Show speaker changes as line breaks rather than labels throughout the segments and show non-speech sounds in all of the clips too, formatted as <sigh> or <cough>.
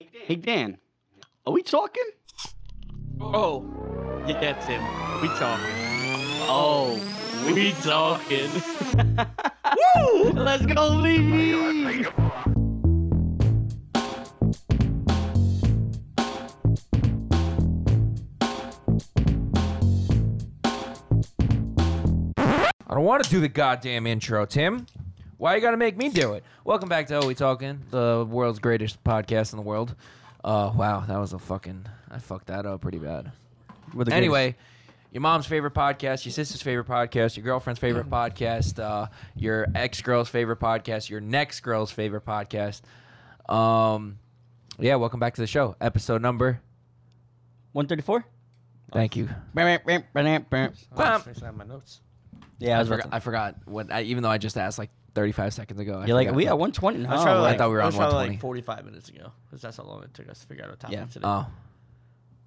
Hey Dan, are we talking?
Oh, yeah, that's him. We talking.
Oh,
We talking.
woo! <laughs> Let's go, Lee.
I don't want to do the goddamn intro, Tim. Why you gotta make me do it? Welcome back to Oh We Talking, the world's greatest podcast in the world. Uh, wow, that was a fucking I fucked that up pretty bad. Anyway, your mom's favorite podcast, your sister's favorite podcast, your girlfriend's
<clears throat>
favorite podcast, uh, your ex girl's favorite podcast, your next girl's favorite podcast. Um, yeah, welcome back to the show, episode number.
One thirty-four.
Thank you.
Yeah, I
Bam. I
was
forgot,
about to-
I forgot what. I, even though I just asked like 35 seconds ago. I
You're like
forgot
we
that.
at one twenty Oh,
I was
now.
trying to,
like-
I thought we were
I was
on
trying to,
120.
like 45 minutes ago because that's how long it took us to figure out a topic
Yeah.
today.
Oh.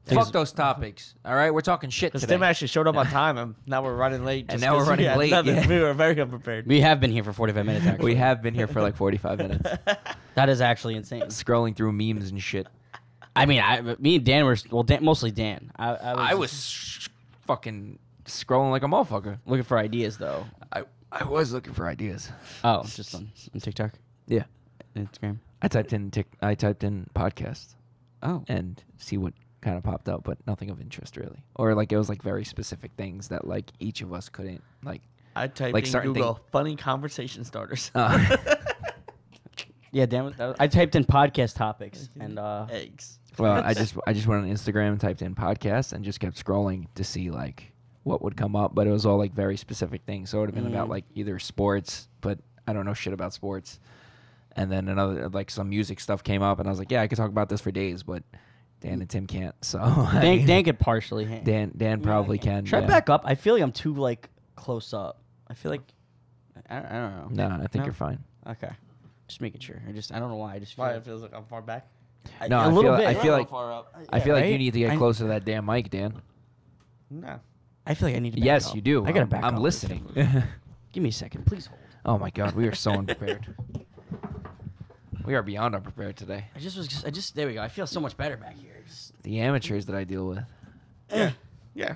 Things-
Fuck those topics. All right, we're talking shit
Because
today.
Tim actually showed up on time, and now we're running late.
And
just
now we're
'cause we
running
had
<laughs>
late,
nothing.
<laughs>
<laughs>
yeah.
We were very unprepared.
we have been here for forty-five minutes. Actually,
we have been here for like 45 <laughs> minutes,
that is actually insane.
scrolling through memes and shit.
I mean, I, me and Dan were well, Dan, mostly Dan. I, I was,
I
just
was sh- fucking scrolling like a motherfucker.
looking for ideas though.
I, I was looking for ideas.
Oh, just on, on TikTok,
Yeah,
Instagram.
I typed in tic- I typed in podcast
Oh,
and see what kind of popped up, but nothing of interest really, or like it was like very specific things that like each of us couldn't like.
I typed
Like
in
certain
Google funny conversation starters.
Uh,
<laughs>
yeah, Dan. was- that was- I typed in podcast topics and uh,
Eggs.
Well, I just I just went on Instagram, typed in podcast, and just kept scrolling to see like what would come up. But it was all like very specific things. So it would have been
Mm.
about like either sports, but I don't know shit about sports. And then another like some music stuff came up, and I was like, yeah, I could talk about this for days, but Dan and Tim can't. So <laughs> I
<laughs>
Dan,
mean,
Dan could partially. hang-
Dan Dan probably can.
Should
yeah.
I back up? I feel like I'm too like close up. I feel like I, I don't know.
No, I think
No?
you're fine.
Okay. Just making sure. I just I don't know why. I just feel
Why it
like,
feels like I'm far back.
I-
No,
a
I
little
feel
bit.
I
We're
feel
not
like
far up.
I feel like you
right?
need to get
I-
closer to that damn mic, Dan.
No.
I feel like I need to. Back
Yes,
up.
you do.
I gotta
I'm-
back up.
I'm listening.
Give me a second, please hold.
oh my god, we are so unprepared. We are beyond unprepared today.
I just was. I just there we go. I feel so much better back here. Just-
the amateurs that I deal with.
Yeah.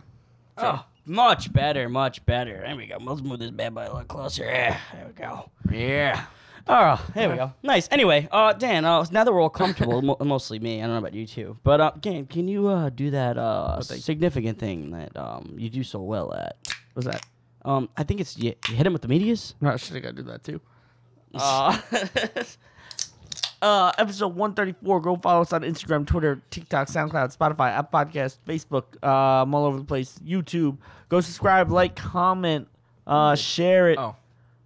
oh, much better, much better. There we go. Let's move this bad boy a little closer. Yeah, there we go.
Yeah.
Oh, there we go. Nice. Anyway, uh, Dan, uh, now that we're all comfortable, <laughs> mo- mostly me. I don't know about you two, but uh, Dan, can you uh do that uh significant thing that um you do so well at?
What's that?
Um, I think it's you, you hit him with the medias.
No, I should have got to do that too. Uh, <laughs> uh, episode 134. Go follow us on Instagram, Twitter, TikTok, SoundCloud, Spotify, App Podcast, Facebook. Uh, I'm all over the place. YouTube. Go subscribe, like, comment, uh, share it.
Oh.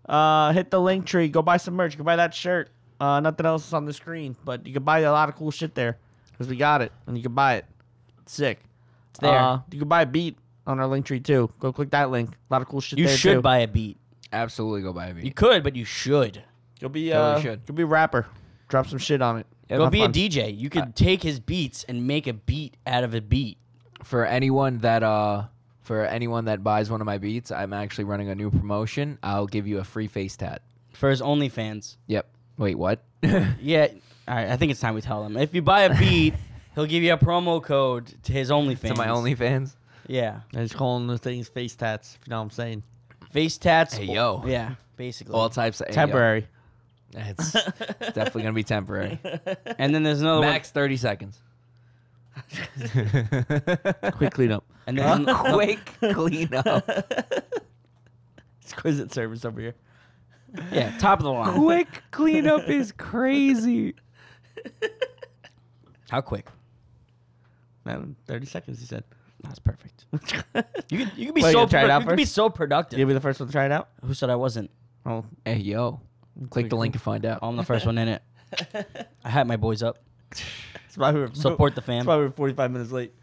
Uh, hit the link tree. Go buy some merch. Go buy that shirt. Uh, nothing else is on the screen, but you can buy a lot of cool shit there because we got it and you can buy it. It's sick. It's
there.
Uh, you can buy a beat on our link tree too. Go click that link. A lot of cool shit
You
there
should
too.
buy a beat.
Absolutely go buy a beat.
You could, but you should.
You'll be
Totally
uh,
should.
you'll be a rapper. Drop some shit on it.
Go
Have
be
fun.
a DJ. You could take his beats and make a beat out of a beat.
For anyone that uh for anyone that buys one of my beats, I'm actually running a new promotion. I'll give you a free face tat.
For his OnlyFans.
Yep. Wait, what?
Yeah. All right. I think it's time we tell him. If you buy a beat, he'll give you a promo code to his OnlyFans.
to my OnlyFans?
Yeah.
And he's calling the things face tats. If you know what I'm saying.
Face tats.
Hey, yo.
Yeah. Basically.
All types of
Temporary.
Yeah. It's definitely gonna be <laughs> temporary.
and then there's another
Max thirty seconds.
Quick cleanup.
one. And then
Quick cleanup.
<laughs> Exquisite service over here.
yeah, top of the line.
Quick
<laughs>
cleanup is crazy.
How quick?
Man, 30 seconds. He said.
That's perfect. You could, you could be
Well, you
so
gonna try it out
you could be
first?
so productive.
You'll be the first one to try it out.
Who said I wasn't?
Oh,
Hey yo. Click the link and find out.
I'm the first one in it. I had my boys up.
that's why we Oh. were
Support the fam.
That's why we were 45 minutes late.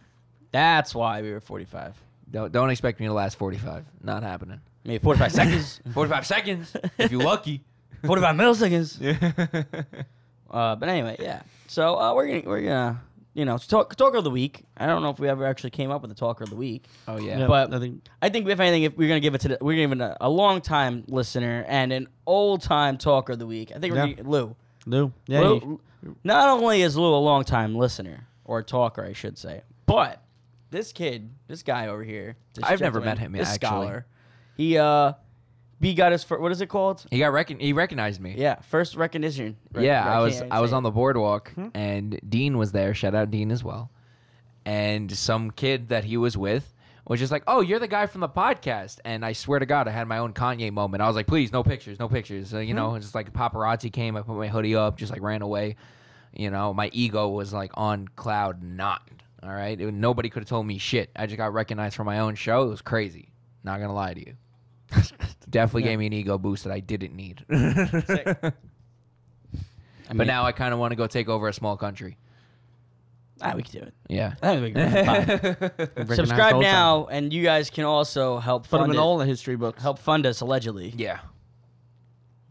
That's why we were 45.
Don't don't expect me to last forty five. Not happening. <laughs>
Maybe 45 seconds.
Forty five seconds. If you're lucky.
45 milliseconds. <laughs> Uh, but anyway, yeah. So uh, we're gonna we're gonna you know talk talker of the week. I don't know if we ever actually came up with a talker of the week.
Oh yeah.
Yeah.
But
I think-
I think if anything, if we're gonna give it to the, we're giving a, a long time listener and an old time talker of the week. I think we're
Yeah.
gonna, Lou.
No. Yeah.
Lou,
you-
Not only is Lou a longtime listener or talker, I should say, but this kid, this guy over here, this
I've never
gentleman,
met him, yeah,
this
actually.
scholar, he uh, he got his first. What is it called?
He got recon- he recognized me.
Yeah, first recognition. Rec-
yeah, I was
can't
I was
say
on
it.
the boardwalk and Dean was there. Shout out Dean as well. And some kid that he was with was just like, "Oh, you're the guy from the podcast." And I swear to God, I had my own Kanye moment. I was like, "Please, no pictures, no pictures." So, you know, just like paparazzi came, I put my hoodie up, just like ran away. You know, my ego was like on cloud nine. All right, It- nobody could have told me shit. I just got recognized for my own show. It was crazy. Not gonna lie to you. <laughs> Definitely gave me an ego boost that I didn't need. <laughs>
I mean,
But now I kind of want to go take over a small country.
ah, we can do it.
Yeah.
I think
<laughs>
we can do it. Subscribe now, and you guys can also help
Put him
fund
in
it.
all the history books.
help fund us allegedly.
Yeah.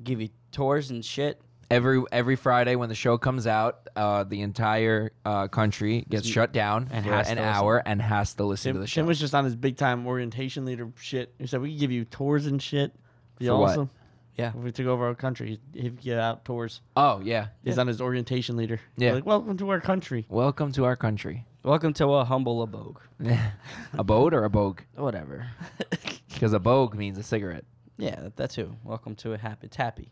Give you tours and shit.
Every every Friday when the show comes out, uh, the entire uh, country gets shut down
and
for
has
an
to listen.
hour and has to listen to
Tim,
the show.
Tim was just on his big time orientation leader shit. He said we could give you tours and shit. Be
For what?
awesome.
Yeah.
If we took over our country, he'd he'd get out tours.
oh yeah.
He's on his orientation leader. He'd be
Yeah.
Like, welcome to our country.
Welcome to our <laughs> country.
Welcome to a humble abode.
a boat or a bogue?
Whatever.
<laughs> Because a bogue means a cigarette.
Yeah, that, that's who. Welcome to a happy it's happy.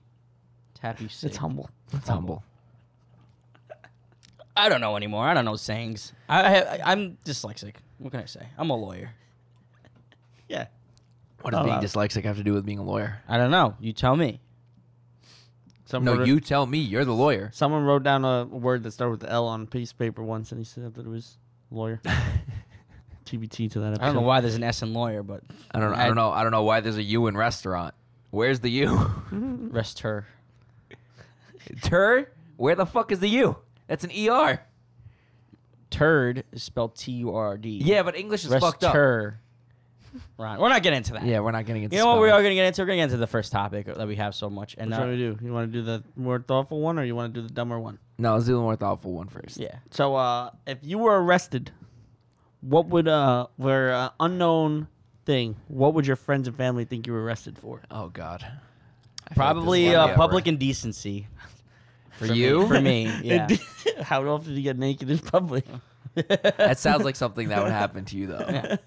It's happy. sick.
It's humble.
It's humble.
I don't know anymore. I don't know sayings. I, I, I I'm dyslexic. What can I say? I'm a lawyer.
Yeah.
What does
Oh,
being
wow.
dyslexic have to do with being a lawyer?
I don't know. You tell me.
Someone
No,
wrote-
you tell me. You're the lawyer.
Someone wrote down a word that started with L on a piece of paper once, and he said that it was
<laughs>
lawyer. TBT to that episode.
I don't know why there's an S in lawyer, but
I don't. I don't know. I don't know why there's a U in restaurant. Where's the U? <laughs>
Rest her.
Tur? Where the fuck is the U? That's an ER.
Turd is spelled T U R D.
Yeah, but English is
Rest
fucked up.
her. Right. We're not getting into that.
Yeah, we're not getting into.
You know what we are going to get into? We're going to get into the first topic that we have so much. And
Which
uh,
one do you do? You want to do the more thoughtful one, or you want to do the dumber one?
No, let's do the more thoughtful one first.
yeah.
So, uh, if you were arrested, what would uh, were uh, unknown thing? What would your friends and family think you were arrested for?
Oh God. I feel like this is
Probably
gonna
uh,
be
public
awkward.
indecency.
for, you.
Me, for <laughs> me, yeah.
<laughs> How often do you get naked in
<laughs>
public?
that sounds like something that would happen to you though.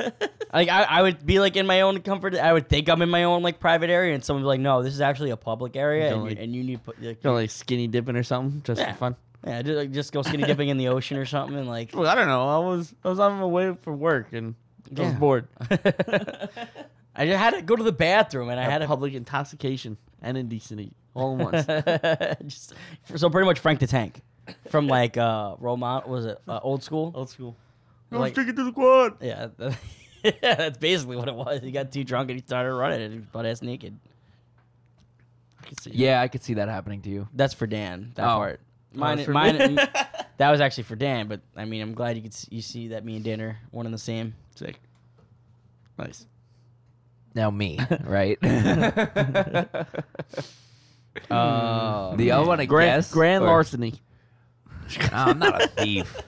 like I, I would be like in my own comfort. I would think I'm in my own like private area, and someone would be like, "No, this is actually a public area,
Don't
and,
like-
you, and you need to put like,
Go like skinny dipping or something, just
Yeah.
for fun.
yeah, just, like, just go skinny dipping in the ocean or something."
<laughs>
And like, <laughs>
Well, I don't know. I was I was on my way for work and I was
Yeah.
bored.
I just had to go to the bathroom, and I had
had
to.
public intoxication and indecency all in once.
<laughs> just, so pretty much Frank the Tank from like uh Romont was it uh, old school?
Old school.
Like-
it to the quad.
Yeah, <laughs> that- yeah, that's basically what it was. He got too drunk and he started running, and he was butt ass naked.
I can see it.
Yeah, I could see that happening to you.
That's for Dan. That
Oh.
part. Mine,
that's for
mine,
me.
<laughs> that was actually for Dan. But I mean, I'm glad you could see, you see that me and Dan are one and the <laughs> same.
Sick. Nice.
Now
<laughs>
me, right? the
Uh,
other one, I
Grand,
guess.
grand
or-
larceny.
Nah, I'm not a thief.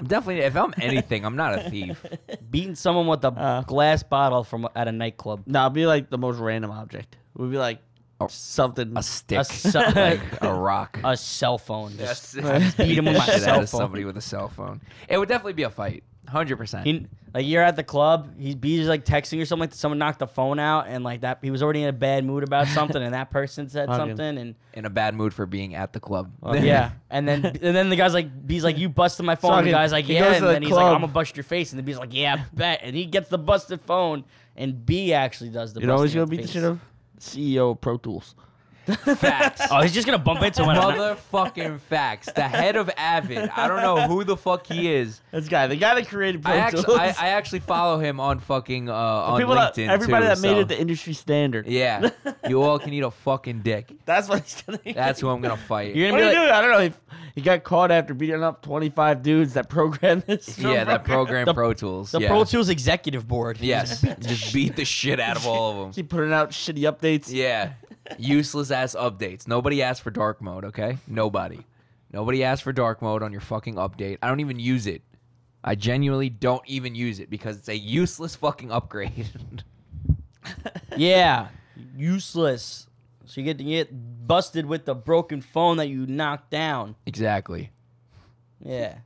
I'm definitely. If I'm anything, I'm not a thief.
beating someone with a
Uh.
glass bottle from at a nightclub.
No, it'd be like the most random object. It would be like
Oh.
something.
A stick,
su- <laughs>
like a rock.
A cell phone. Just,
Just- I just
Beat him
the <laughs>
with my
shit
cell
out of
phone.
Somebody with a cell phone. It would definitely be a fight. Hundred percent.
he, like you're at the club, he's he's like texting or something. Like that. Someone knocked the phone out, and like that, he was already in a bad mood about something, and that person said
Fucking-
something, and
In a bad mood for being at the club.
yeah, and then and then the guy's like, he's like, you busted my phone.
Fucking-
the guy's like,
he
yeah,
goes
and
to the
then he's like,
club.
I'm gonna bust your face, and the B's like, yeah, I bet, and he gets the busted phone, and B actually does the.
you know, he's
busting
gonna
of
beat the
face.
shit of CEO of Pro Tools.
<laughs> Facts.
<laughs> Oh, he's just gonna bump into him. and-
Motherfucking facts. The head of Avid. I don't know who the fuck he is.
This guy, the guy that created Pro
I
Tools.
actually, I,
<laughs>
I actually follow him on fucking uh, on
People
LinkedIn.
that, everybody
too,
that made
so-
it the industry standard. <laughs>
yeah, you all can eat a fucking dick.
<laughs> That's what he's gonna.
That's who I'm gonna fight.
You're
What
gonna
do you
be like,
do? I don't know. He, he got caught after beating up 25 dudes that programmed <laughs> this.
yeah, that program
The-
Pro Tools.
the
yeah.
Pro Tools executive board.
Yes, just beat the shit out of all of them.
Keep putting out shitty updates.
Yeah, useless ass updates. Nobody asked for dark mode. Okay, nobody, nobody asked for dark mode on your fucking update. I don't even use it. I genuinely don't even use it because it's a useless fucking upgrade.
Yeah. Useless. So you get to get busted with the broken phone that you knocked down.
<laughs>
<laughs>
Exactly.
Yeah.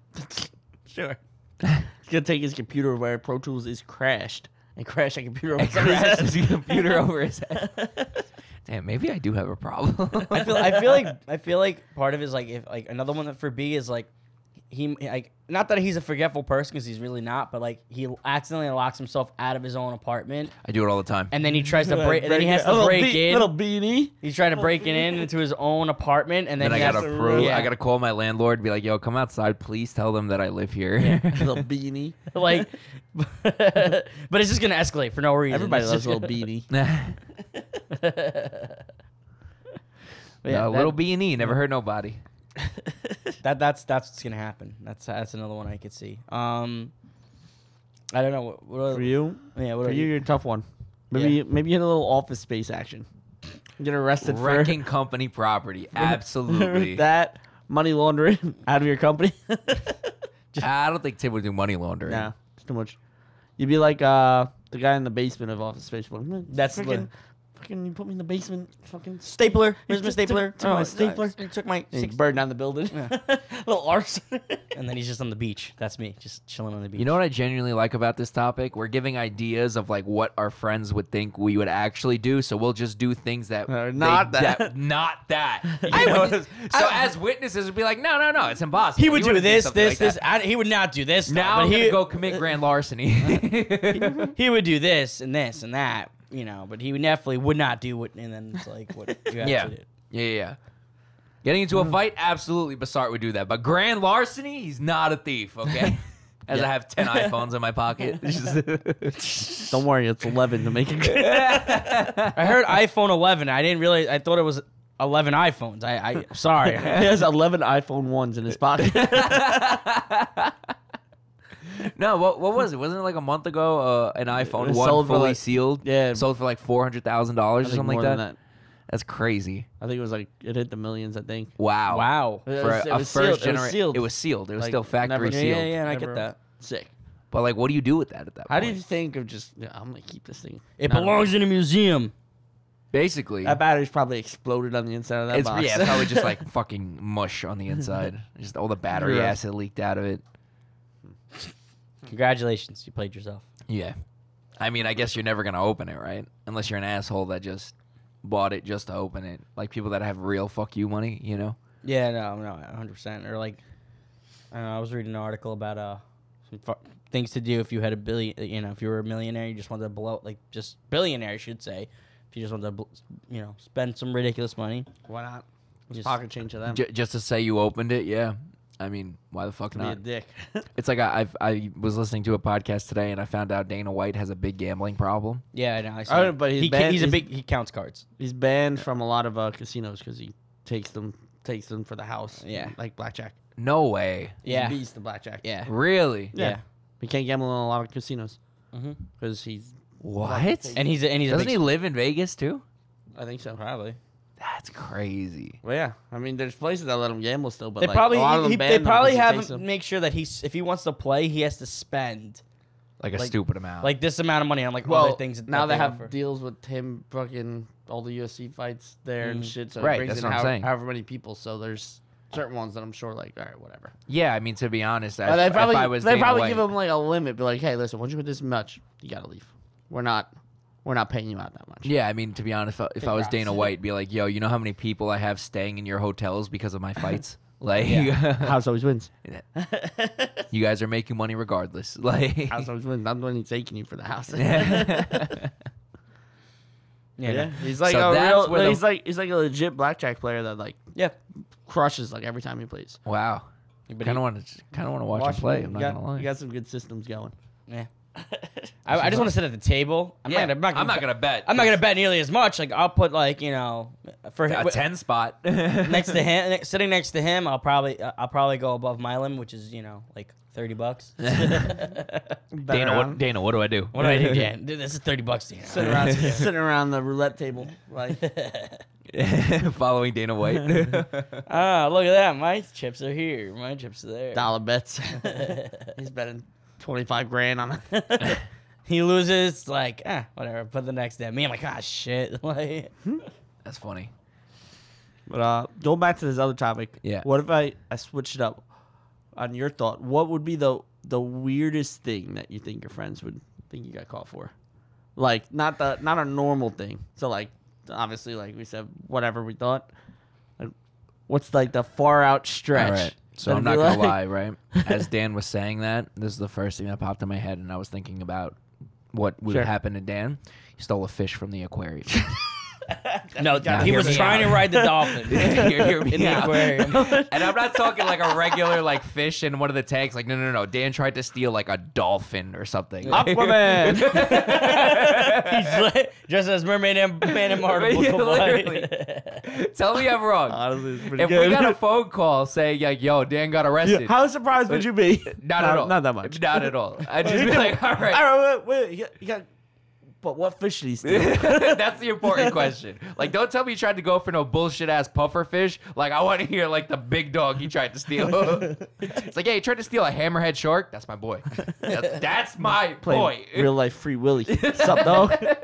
Sure. He's gonna take his computer where Pro Tools is crashed and crash a computer. over
Crashes <laughs>
his
the
head.
computer over his head. Damn, maybe I do have a problem.
<laughs> <laughs> I feel I feel like I feel like part of it is like if like another one for B is like he like not that he's a forgetful person because he's really not, but like he accidentally locks himself out of his own apartment
I do it all the time.
and then he tries to break and then he has to
<laughs> Little
break
bee-
in.
Little beanie.
He's trying to break
<laughs>
it in into his own apartment and then,
Then I
he has
gotta
to-
prove.
yeah.
I gotta call my landlord, be like, "Yo, come outside, please. Tell them that I live here." <laughs>
little beanie. <laughs>
like <laughs> but it's just gonna escalate for no reason.
Everybody
It's
loves
just
little
gonna-
beanie.
<laughs> But <laughs> yeah,
Uh,
that-
little B and E, never hurt nobody.
<laughs> That that's that's what's gonna happen. That's that's another one I could see. Um, I don't know what, what are,
For you,
Yeah, what
for
are
you,
you?
you're a tough one. Maybe
Yeah.
maybe you had a little office space action. Get arrested for <laughs>
Wrecking company
<laughs>
property, absolutely.
that money laundering <laughs> out of your company.
<laughs> I don't think Tim would do money laundering.
nah, it's too much. You'd be like uh, the guy in the basement of Office Space. Like, "Man,
That's the-
freaking, fucking. You put me in the basement. Fucking. St-
Stapler.
Where's my stapler? Oh, uh,
You took my
and you burn down the building.
<laughs> little arse. and then he's just on the beach. That's me, just chilling on the beach.
You know what I genuinely like about this topic? We're giving ideas of like what our friends would think we would actually do, so we'll just do things that
Uh,
they
not that.
<laughs> not
<laughs>
that. You
I
know
would-
what I'm- so
I-
as witnesses would be like, no, no, no, it's impossible.
he would
You
do
wouldn't
this,
something
this,
like
this.
that."
I, he would not do this.
Now
but
I'm
he
gonna go
<laughs>
commit grand larceny.
he would do this and this and that. You know, but he would definitely would not do what. And then it's like what you actually
Yeah.
did.
Yeah, yeah, yeah. Getting into a
Mm.
fight, absolutely Bassart would do that. But grand larceny, he's not a
<laughs>
thief, okay? As I have 10 iPhones in my pocket.
<laughs> Don't worry, it's eleven to make <laughs> it.
I heard iPhone 11. I didn't realize. I thought it was 11 iPhones. I, I sorry.
<laughs>
he has eleven iPhone ones <laughs> in his pocket.
<laughs> no, what, what was it? Wasn't it like a month ago uh, an iPhone
was
1
sold for
fully
like-
sealed?
yeah.
Sold for like $400,000 or
<laughs> I think
something
more
like that.
than that.
That's crazy.
I think it was like it hit the millions. I think.
Wow.
wow.
Yeah,
For
It was- it
a, a
was
first
sealed- it was
generation.
sealed.
It was sealed. It was
Like,
still factory
never-
Yeah,
sealed.
yeah, yeah. I get
Never-
that.
Sick.
But like, what do you do with that at that
How
point?
do you think of just? Yeah, I'm gonna keep this thing.
It
Not-
belongs in a museum.
Basically,
That battery's probably exploded on the inside of that
it's,
box.
yeah, it's probably
<laughs>
just like fucking mush on the inside. Just all the battery
Yeah.
acid leaked out of it.
Congratulations, you played yourself.
Yeah. I mean, I guess you're never going to open it, right? Unless you're an asshole that just bought it just to open it. Like people that have real fuck you money, you know?
Yeah, no, no, 100. percent Or like, I don't know. I was reading an article about uh some fu- things to do if you had a billion. You know, if you were a millionaire, you just wanted to blow like just billionaire, I should say. If you just wanted to, bl- you know, spend some ridiculous money.
Why not? Just,
Just-
pocket change of them.
J- just to say you opened it, yeah. I mean, why the fuck
be a
not?
dick.
It's like I, I've, I was listening to a podcast today and I found out Dana White has a big gambling problem.
Yeah, I know. I,
Oh,
saw it.
but he's
he, ca-
bad-
he's a
he's-
big. He counts cards.
He's banned from a lot of uh, casinos because he takes them takes them for the house.
Yeah.
like blackjack.
No way.
He's a
Yeah,
beast of blackjack.
yeah,
Really?
yeah.
he can't gamble in a lot of casinos
hmm
because he's.
What?
And he's a, and he's a
Doesn't
big
he live in Vegas too?
I think so.
probably.
That's crazy.
Well, yeah. I mean, there's places that let him gamble still, but
They
like,
probably
a lot of them
he- he-
ban
they
them
probably
'cause he
have
takes
him
them.
make sure that he's if he wants to play, he has to spend
Like a
Like-
stupid amount.
like this amount of money on like
Well,
other things. that-
now
that
they have
offer.
deals with him fucking all the UFC fights there and
Mm.
shit. So it
Right,
brings
that's
in
what I'm
how-
saying.
however many people. So there's certain ones that I'm sure like, all right, whatever.
yeah, I mean, to be honest,
But
if-
they
if
probably
I was
they
Dana
probably
White-
give him like a limit, be like, hey, listen, once you put this much, you gotta leave. We're not we're not paying you out that
<laughs>
much.
Yeah, I mean, to be honest, if I- if I was Dana White, be like, yo, you know how many people I have staying in your hotels because of
<laughs>
my fights? Like, <laughs>
House always wins.
you guys are making money regardless. <laughs> Like,
House always wins. I'm the one who's taking <laughs> you for the
<laughs>
house.
yeah,
Yeah,
no.
he's like
So
a
that's
real.
where the-
he's like he's like a legit blackjack player that like
yeah.
crushes like every time he plays.
<laughs> wow.
But
Kind of want to kind of want to watch, him play. I'm not
you got,
gonna lie.
You got some good systems going. <laughs>
yeah. I, I just want to sit at the table. I'm
Yeah,
not. I'm not gonna. I'm not gonna,
bet.
bet nearly as much. Like I'll put like you know for him,
a ten spot.
<laughs> next to him, ne- sitting next to him. I'll probably uh, I'll probably go above my limit, which is you know like thirty bucks.
Dana, what, Dana, what do I do?
What do I do, Dan? <laughs> Dude, This is thirty bucks, Dan.
Sit
<laughs>
around, sitting around the roulette table, like <laughs>
<laughs> Following Dana
<laughs>
White.
<laughs> ah, look at that. My chips are here. My chips are there. <laughs>
dollar bets. <laughs> he's betting twenty five grand on it.
<laughs> eh, he loses, <laughs> like, ah, whatever. But the next day, me, I'm like, ah, shit. Like,
That's funny.
But uh, going back to this other topic,
Yeah.
What if I I switched it up on your thought? What would be the the weirdest thing that you think your friends would think you got caught for? Like not the not a normal thing. So like obviously like we said whatever we thought. Like, What's like the far out stretch?
All right. So
That'd
I'm not
be
gonna
like-
lie, right? As Dan was saying that, this is the first thing that popped in my head, and I was thinking about what would
Sure.
happen to Dan. He stole a fish from
<laughs>
the aquarium. <laughs>
No,
Now,
he
hear
was
me
trying
out.
to ride the dolphin.
<laughs> Hear-
<laughs>
hear me
In the
out.
aquarium.
<laughs> and I'm not talking like a regular like fish in one of the tanks. Like no, no, no. Dan tried to steal like a dolphin or something.
<laughs> Aquaman.
He's li- just as Mermaid and Man and Marvel
<laughs> Yeah,
combined.
<laughs> Tell me I'm
<laughs>
wrong.
Honestly, it's pretty
if
good. <laughs>
we got a phone call saying like, "Yo, Dan got arrested,"
How surprised would you be?
<laughs> not, at all.
Not that much.
Not at all.
<laughs>
I'd just be like, "All right."
All right, wait, wait, you got, you got- but what fish did he steal?
<laughs> That's the
<laughs>
important question. Like, don't tell me you tried to go for no bullshit ass puffer fish. Like, I want to hear like the big dog he tried to
<laughs>
steal. it's like, yeah, he tried to steal a hammerhead shark. That's my boy.
<laughs>
That's, that's my
Play
boy.
real life Free Willy. Sup, dog?
<laughs>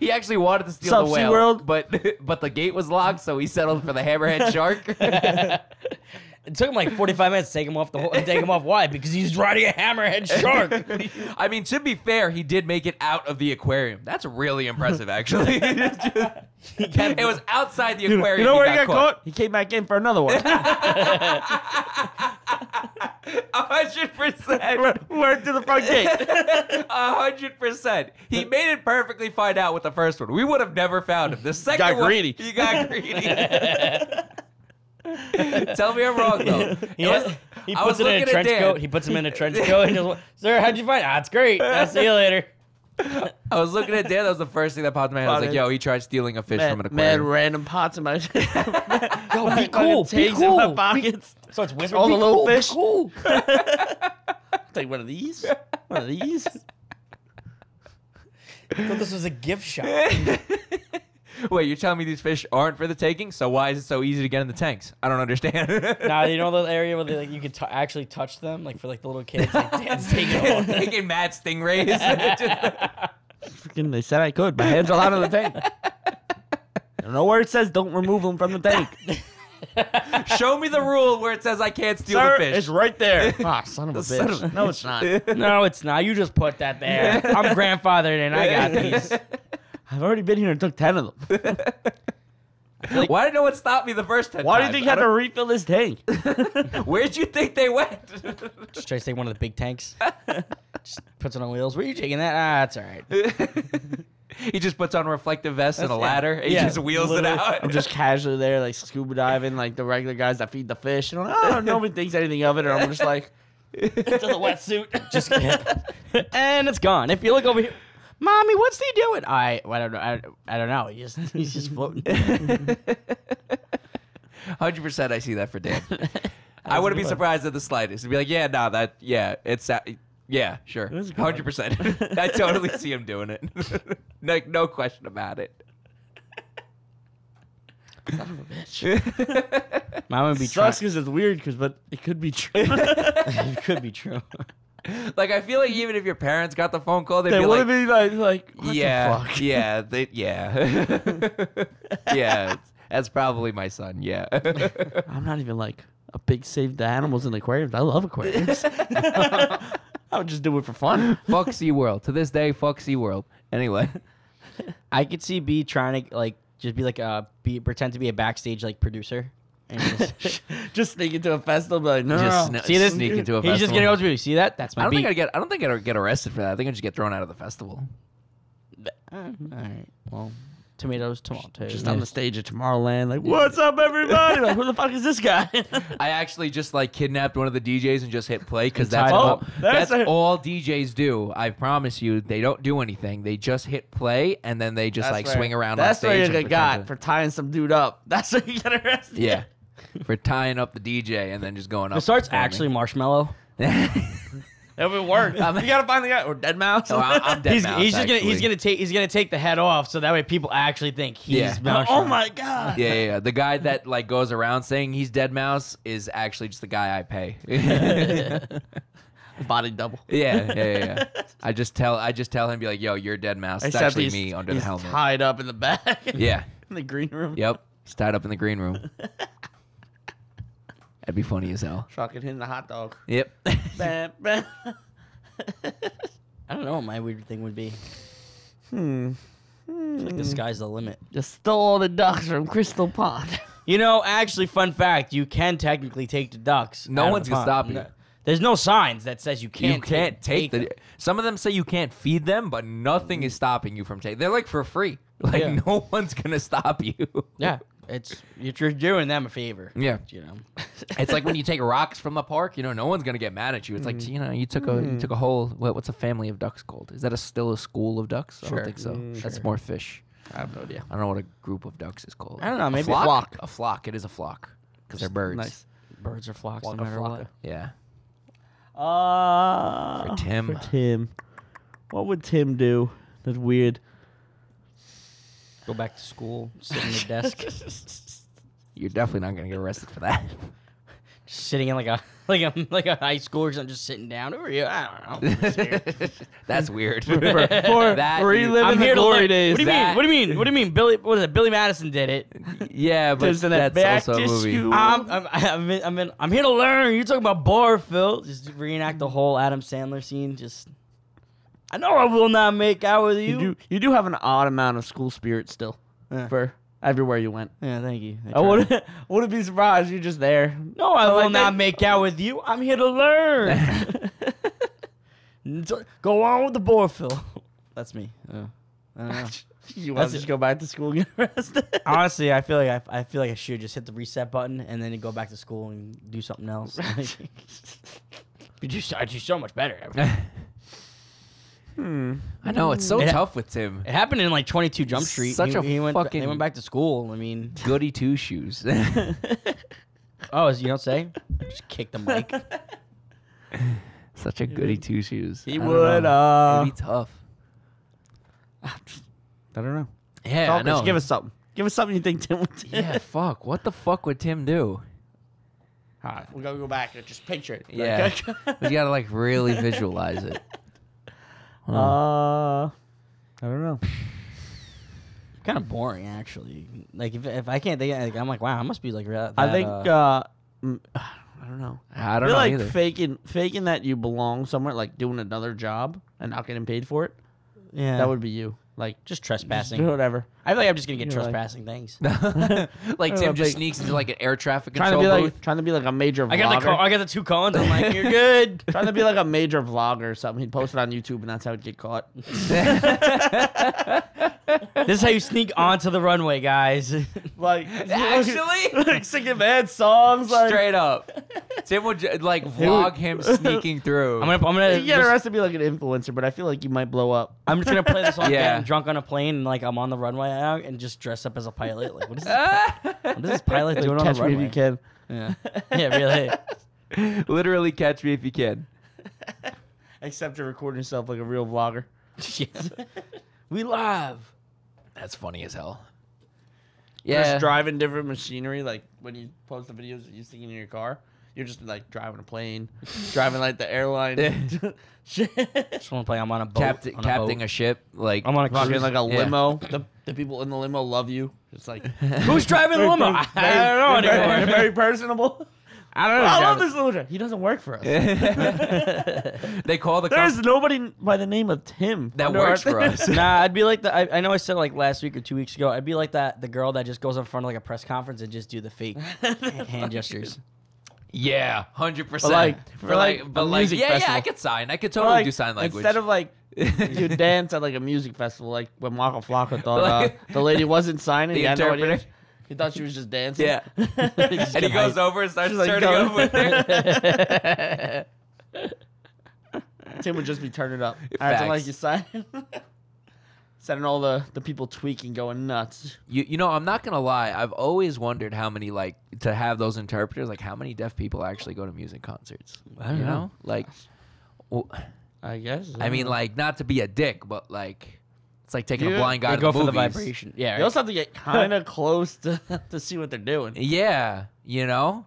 He actually wanted to steal
Sup,
the whale,
SeaWorld?
but <laughs> but the gate was locked, so he settled for the
<laughs>
hammerhead shark.
It took him like 45 minutes to take him off the whole and take him off. Why? Because he's riding a hammerhead shark. <laughs>
I mean, to be fair, he did make it out of the aquarium. That's really impressive, actually. <laughs>
<laughs>
it was outside the aquarium.
You know where he
got
got caught? He came back in for another one. <laughs>
A hundred percent.
Word to the front
<laughs>
gate.
A hundred percent. He made it perfectly fine out with the first one. We would have never found him. The second
got
one,
greedy.
he got greedy. <laughs> Tell me I'm wrong though. It
He,
was-
he
I
puts
was
it in a
looking at
trench
Dan.
coat. He puts him in a trench coat and just, sir, how'd you find? Ah, it's great. I'll see you later.
I was looking at Dan. That was the first thing that popped in my head. I was
Popped
like,
in.
"Yo, he tried stealing a fish from an
Man, man,
aquarium."
random pots in my. <laughs>
<laughs>
Yo,
Oh, be cool, be
in my
cool.
pockets. <laughs>
Starts whispering.
All the
"Be
little
cool, be
fish.
<laughs> cool."
Take one of these. One of these.
I thought this was a gift shop.
<laughs> Wait, you're telling me these fish aren't for the taking? So why is it so easy to get in the tanks? I
<laughs>
don't understand. <laughs>
Now you know the area where they, like you could t- actually touch them, like for like the little kids. <laughs> Like, Dan's taking
Dan's
it.
taking mad stingrays. <laughs> Just-
Freaking, they said I could. My hands are out of the tank. I don't know where it says don't remove them from the tank.
show me the rule where it says I can't steal
Sir,
the fish.
it's right there. Ah, son of a
Son
bitch.
of a
No, it's
<laughs>
not.
<laughs> No, it's not. You just put that there. I'm grandfathered and I <laughs> got these.
I've already been here and took 10 of them.
Why did no one stop me the first time?
Why do you think you had to refill this tank?
<laughs> Where'd you think they went? <laughs>
Just tries to take one of the big tanks. Just puts it on wheels. Where are you taking that? Ah, that's all right.
he just puts on a reflective vest and a
That's-
ladder. and He
yeah.
just wheels
Literally,
it out.
I'm
<laughs>
just casually there, like scuba diving, like the regular guys that feed the fish. And I'm like, oh, nobody thinks anything of it. And I'm just <laughs> like,
to the wetsuit. <laughs> Just and it's gone. If you look over here, mommy, what's he doing? I I don't know. I, I don't know. He just <laughs> he's just
<laughs>
floating.
<laughs> Hundred percent, I see that
<laughs>
for Dan. I wouldn't be surprised at the slightest. He'd be like, "Yeah, nah, that, yeah, it's, uh, yeah, sure,
was a good one.
hundred percent." <laughs> I totally see him doing it. <laughs> like, no question about it. <laughs>
Mom would be trying.
sucks because it's weird, cause, but it could be <laughs> true.
it could be true.
Like, I feel like even if your parents got the phone call, they'd
they
be
would have
like,
been like, like what
"Yeah,
the fuck?
yeah, they, yeah,
<laughs>
<laughs> yeah." That's probably my son. Yeah. <laughs>
I'm not even like a big save the animals in aquariums. I love
<laughs>
aquariums. I would just do it for fun.
fuck SeaWorld. To this day, fuck SeaWorld. Anyway.
I could see B trying to like just be like a be pretend to be a backstage like producer. And
<laughs>
just, <laughs>
just sneak into a festival, be like, <laughs> no,
Just
no,
sn-
see this?
Sneak into a
He's just
festival.
gonna go up to me. See that? That's
I
my
don't
beat.
think I get. I don't think I'd get arrested for that. I think I'd just get thrown out of the festival.
Uh, all right. Well, tomatoes, tomatoes.
just
<laughs>
on the stage at Tomorrowland, like, what's up, everybody? Like, who the fuck is this
<laughs>
guy?
I actually just like kidnapped one of the DJs and just hit play because that's
tied him
all,
up.
Oh, That's
that's,
a-
all DJs do. I promise you, they don't do anything. They just hit play and then they just like
where-
swing around.
That's
on
where
stage
you
and
get got
pretend to-
for tying some dude up. That's where you get arrested.
<laughs> yeah, for tying up the DJ and then just going up.
It
<laughs>
starts
and
actually
performing.
marshmallow.
That would work. you gotta find the guy or dead mouse.
so I, am Oh, dead.
He's,
mouse,
he's just gonna he's
actually.
gonna take he's gonna take the head off so that way people actually think he's
Yeah.
oh
marshmallow.
my god.
Yeah, yeah, yeah. The guy that like goes around saying he's dead mouse is actually just the guy I <laughs> pay.
Body double.
Yeah, yeah, yeah. yeah. I just tell I just tell him be like, "Yo, you're dead mouse." It's actually me under the
he's
helmet.
tied up in the back.
Yeah,
<laughs> in the green room.
Yep. He's tied up in the green room. That'd be funny as hell.
Fucking hitting the hot dog.
Yep. <laughs>
Bam, bam.
I don't know what my weird thing would be.
hmm.
Like
Hmm.
the sky's the limit.
Just stole the ducks from Crystal Pond.
You know, actually, fun fact: you can technically take the ducks.
No
out of
one's
the
gonna
pond.
stop you.
No- There's no signs that says you can't.
you can't take, the.
them.
Some of them say you can't feed them, but nothing is stopping you from taking. They're like for free. Like
Yeah.
<laughs> no one's gonna stop you. <laughs>
Yeah, it's you're doing them a favor.
Yeah.
you
<laughs>
know.
It's like when you take rocks from the park. You know, no one's gonna get mad at you. It's like you know, you took a you took a whole. What, what's a family of ducks called? Is that a, still a school of ducks? I
Sure.
don't think so. That's more fish.
I have no idea.
I don't know what a group of ducks is called.
I don't know,
A
maybe-
flock?
Flock.
A flock. It is a flock because they're birds.
Nice.
Birds are flocks,
Waka
no matter
flocka.
what.
Yeah.
Uh,
For Tim.
For Tim. What would Tim do? That's weird.
Go back to school, sit
<laughs>
in the desk,
You're definitely not gonna get arrested for that. <laughs>
just sitting in like a <laughs> like a like a high school or something, just sitting down. Who are you? I don't know. I'm
<laughs>
just here.
That's weird.
For
<laughs> That you-
reliving
I'm
the
<laughs> here to
glory
learn.
days.
What do you mean? What do you mean? What do you mean? Billy, what is it? Billy Madison did it.
yeah, but
Just in that
that's
back
also a
to
movie.
school.
I'm I'm I'm, in, I'm, in, I'm here to learn. You're talking about bar, Phil. Just reenact the whole Adam Sandler scene. Just I know I will not make out with
You
you.
do, you do have an odd amount of school spirit still
Yeah.
for everywhere you went.
Yeah, thank you.
I
tried.
wouldn't,
<laughs>
wouldn't be surprised. You're just there.
No, I will
like
not
that-
make out with you. I'm here to learn.
<laughs>
Go on with the bore, Phil. <laughs> That's me. Uh,
<laughs>
I don't know.
You want
That's
to just go back to school and get <laughs> arrested?
Honestly, I feel like I, I feel like I should just hit the reset button and then go back to school and do
<laughs>
something else. you do, so- I do so much <laughs> better.
hmm.
I know it's so
It-
tough with Tim.
It happened in like 22 Jump Street.
Such
he,
a
he went, They
fucking-
went back to school.
<laughs>
I mean,
Goody two shoes. <laughs>
oh, as you don't say, just kick
<laughs>
the mic.
Such a goody two shoes.
He would. Uh,
It'd be tough.
I don't know.
Yeah, I
Talk us,
know.
Give us something. Give us something you think Tim would do. <laughs>
yeah, fuck. What the fuck would Tim do?
All right, we're gonna go back and just picture it.
Yeah.
Like,
We gotta like <laughs> really visualize it.
<laughs> uh, I don't know.
kind of boring, actually. Like if, if I can't think, like, I'm like, wow, I must be like. That,
I think
uh,
uh, mm, <sighs> I don't know.
I
I
don't
feel
know
like
either.
faking faking that you belong somewhere, like doing another job and not getting paid for it.
yeah,
That would be you. Like just
just trespassing.
do whatever.
I feel like I'm just gonna get
You're like-
trespassing things.
like
don't
Tim
know,
just
big-
sneaks into like an air traffic
Trying to
control
be
booth.
like trying to be like a major. Vlogger.
I got the co- I got the two cones. I'm like,
<laughs>
you're good.
<laughs> trying to be like a major vlogger or something. He'd post it on YouTube, and that's how he'd get caught. <laughs>
this is how you sneak onto the runway, guys. <laughs>
like <laughs>
Actually?
like singing mad songs. Like, <laughs>
Straight up, Tim would ju- like vlog him sneaking through.
I'm
<laughs>
gonna I'm gonna
You get
just-
arrested to be like an influencer, but I feel like you might blow up.
I'm just gonna
<laughs>
play this song.
Yeah.
Getting drunk on a plane and like I'm on the runway now and just dress up as a pilot.
<laughs>
Like what is this, what is this pilot doing on the
Catch me if
runway?
you can.
Yeah, <laughs> yeah, really.
<laughs> Literally catch me if you can.
Except you're recording yourself like a real vlogger.
Yes. We live.
That's funny as hell.
Just
Yeah. <laughs>
driving different machinery. Like when you post the videos that you sing in your car, you're just like driving a plane, driving like the airline, <laughs> shit.
Just want to play. I'm on a boat.
Captain,
on a
capting
boat.
a ship, like
I'm on a
Fucking
cruise.
like a
Yeah.
limo. The, the people in the limo love you. It's like
<laughs>
Who's driving the limo? I
<laughs>
don't know
They're very,
anymore.
very personable.
<laughs>
I don't know.
I love
Gavin.
this little guy. He doesn't work for us.
<laughs> they call the
There's
comp-
nobody by the name of Tim
that
under our
works for
thing. <laughs>
us.
nah, I'd be like the. I, I know I said like last week or two weeks ago. I'd be like that the girl that just goes in front of like a press conference and just do the fake hand gestures.
yeah, hundred
But
percent.
like-
for
for
like,
like
but
a
like,
music
yeah, yeah, I
festival.
could sign. I could
Or,
totally
like,
do sign language.
Instead of like
<laughs>
<laughs> you dance at like a music festival, like when Waka Flocka thought uh,
Like-
the lady wasn't signing,
The
he had no idea.
interpreter.
He thought she was just dancing. <laughs>
Yeah. and he
and
goes over and starts
She's like,
turning
"Go."
over
<laughs>
there.
Tim would just be turning
<laughs>
up, acting like
Facts.
you signing, <laughs> sending all the the people tweaking, going nuts.
you, you know, I'm not gonna lie. I've always wondered how many like to have those interpreters. Like, how many deaf people actually go to music concerts?
I don't
you
know.
like. w-
I guess.
I mean, like, not to be a dick, but like, it's like taking
You-
a blind guy
They
to
go
movies.
for the vibration. Yeah.
you also have to get kind of close to to see what they're doing.
Yeah, you know,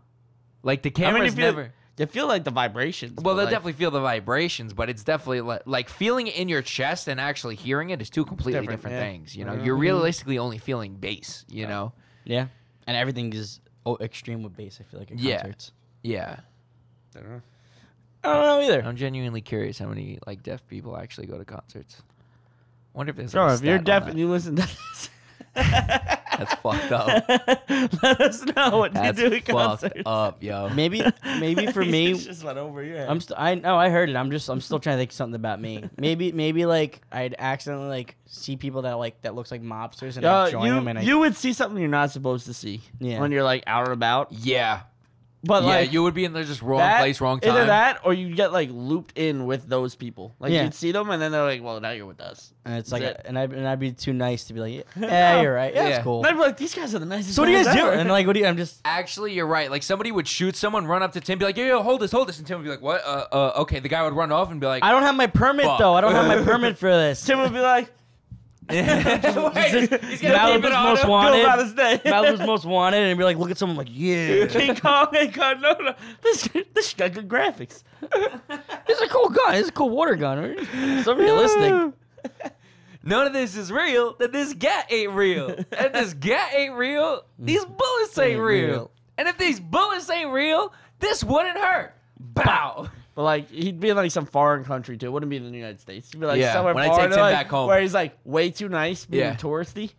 like
I
the
mean,
camera's
if you-
never.
You feel like the vibrations. but,
Well, they'll
like,
<laughs> definitely feel the vibrations, but it's definitely like, like feeling it in your chest and actually hearing it is two completely
Different,
different,
yeah.
things. You know, you're
Mm-hmm.
realistically only feeling bass. You know,
Yeah, and everything is oh, extreme with bass. I feel like at
Yeah.
concerts.
yeah.
I don't know.
I don't know
<laughs>
either.
I'm genuinely curious how many like deaf people actually go to concerts. wonder if there's.
Bro,
like, a
if you're
stat on
deaf
that.
and you listen to this,
that's
<laughs>
fucked up.
let us know what
That's
you do at
fucked
concerts.
up, yo.
Maybe
<laughs>
maybe for
It
me,
just went over your head.
I'm st- I know I heard it. I'm just I'm still trying to think something about
<laughs>
me. Maybe maybe like I'd accidentally like see people that like that looks like mobsters and I
Uh,
join
you,
them and I
you would see something you're not supposed to see
Yeah.
when you're like out and about.
Yeah,
But
yeah.
like
you would be in the just wrong
that-
place, wrong time.
Either that or you get like looped in with those people. Like
Yeah.
you'd see them and then they're like, "Well, now you're with us."
and it's
That's
like
it.
and I and I'd be too nice to be
<laughs>
like yeah you're right yeah,
Yeah.
it's cool.
And I'd be like, "These guys are the nicest."
So what do you
guys
guys do?
ever."
And like what do you? I'm just
Actually, you're right. Like somebody would shoot someone, run up to Tim, be like, "Yo, yo, hold this, hold this," and Tim would be like, "What? Uh, uh, okay." The guy would run off and be <laughs> like,
I don't have my permit
Fuck.
though. I don't have my permit
<laughs>
for this.
Tim
<laughs>
would be like,
Wait, he's gonna keep
Malibu's
it on
most
"Go about
him.
wanted.
his day."
Malibu's most wanted, and be like, look at someone like
<laughs>
yeah.
<laughs> King Kong, King Kong, no, no, this this got good <laughs> graphics.
It's a cool gun. It's a cool water gun. It's so realistic.
None of this is real. That this gat ain't real. If this gat ain't real,
<laughs>
these bullets ain't
Ain't
real.
real.
And if these bullets ain't real, this wouldn't hurt. Bow.
But like he'd be in like some foreign country too. It wouldn't be in the United States. He'd be like
Yeah,
somewhere
when I
foreign,
take Tim
like,
back home.
where he's like way too nice, being
Yeah.
touristy.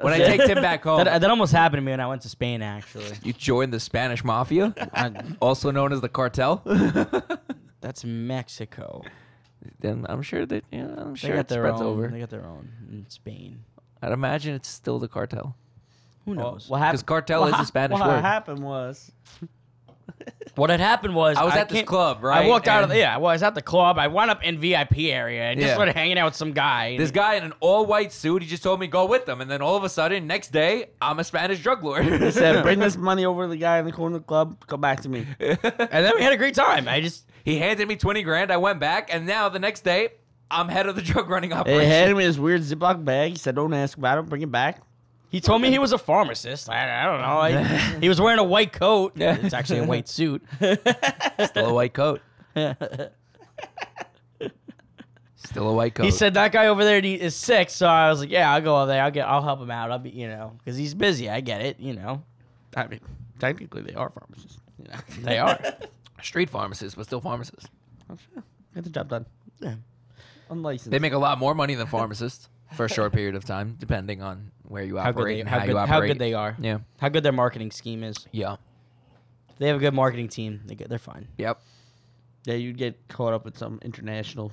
When I
That's
take
it.
Tim
<laughs>
back home,
That, that almost happened to me when I went to Spain. Actually,
you join the Spanish mafia,
I-
also known as the cartel.
<laughs> that's Mexico.
then I'm sure that yeah, I'm
They
sure
got
it
their
spreads
own.
over.
They got their own in Spain.
I'd imagine it's still the cartel
Who
Well,
knows?
what
because
happened?
cartel
What,
is
ha-
a Spanish
what
word.
happened <laughs> was
What had happened was
I was at this
came-
club, right?
I walked out of
And
the, yeah. I was at the club. I wound up in VIP area and
Yeah.
just started hanging out with some guy.
This guy in an all-white suit, he just told me go with them, and then all of a sudden, next day, I'm a Spanish drug lord.
He <laughs> said,
<laughs>
"Bring this money over to the guy in the corner of the club. Come back to me."
and then we had a great time. I just
He handed me 20 grand. I went back, and now the next day, I'm head of the <laughs> drug running operation.
They handed me this weird Ziploc bag. He said, "Don't ask about it. Bring it back."
He told me he was a pharmacist. I, I don't know.
<laughs>
I- he was wearing a white coat. It's actually a white suit.
Still a white coat. Still a white coat.
He said that guy over there he- is sick, so I was like, "Yeah, I'll go over there. I'll get. I'll help him out. I'll be, you know, because he's busy. I get it. You know,
I mean, technically, they are pharmacists. You know,
<laughs>
they are.
street pharmacists, but still pharmacists.
I'm sure. Get the job done.
Yeah.
Unlicensed.
They make a lot more money than pharmacists for a short period of time, depending on where you
How
operate
good they,
and
how,
how,
good,
you operate.
how good they are.
Yeah.
How good their marketing scheme is.
Yeah.
If they have a good marketing team. They get, they're fine. <laughs>
Yep.
yeah, you'd get caught up with some international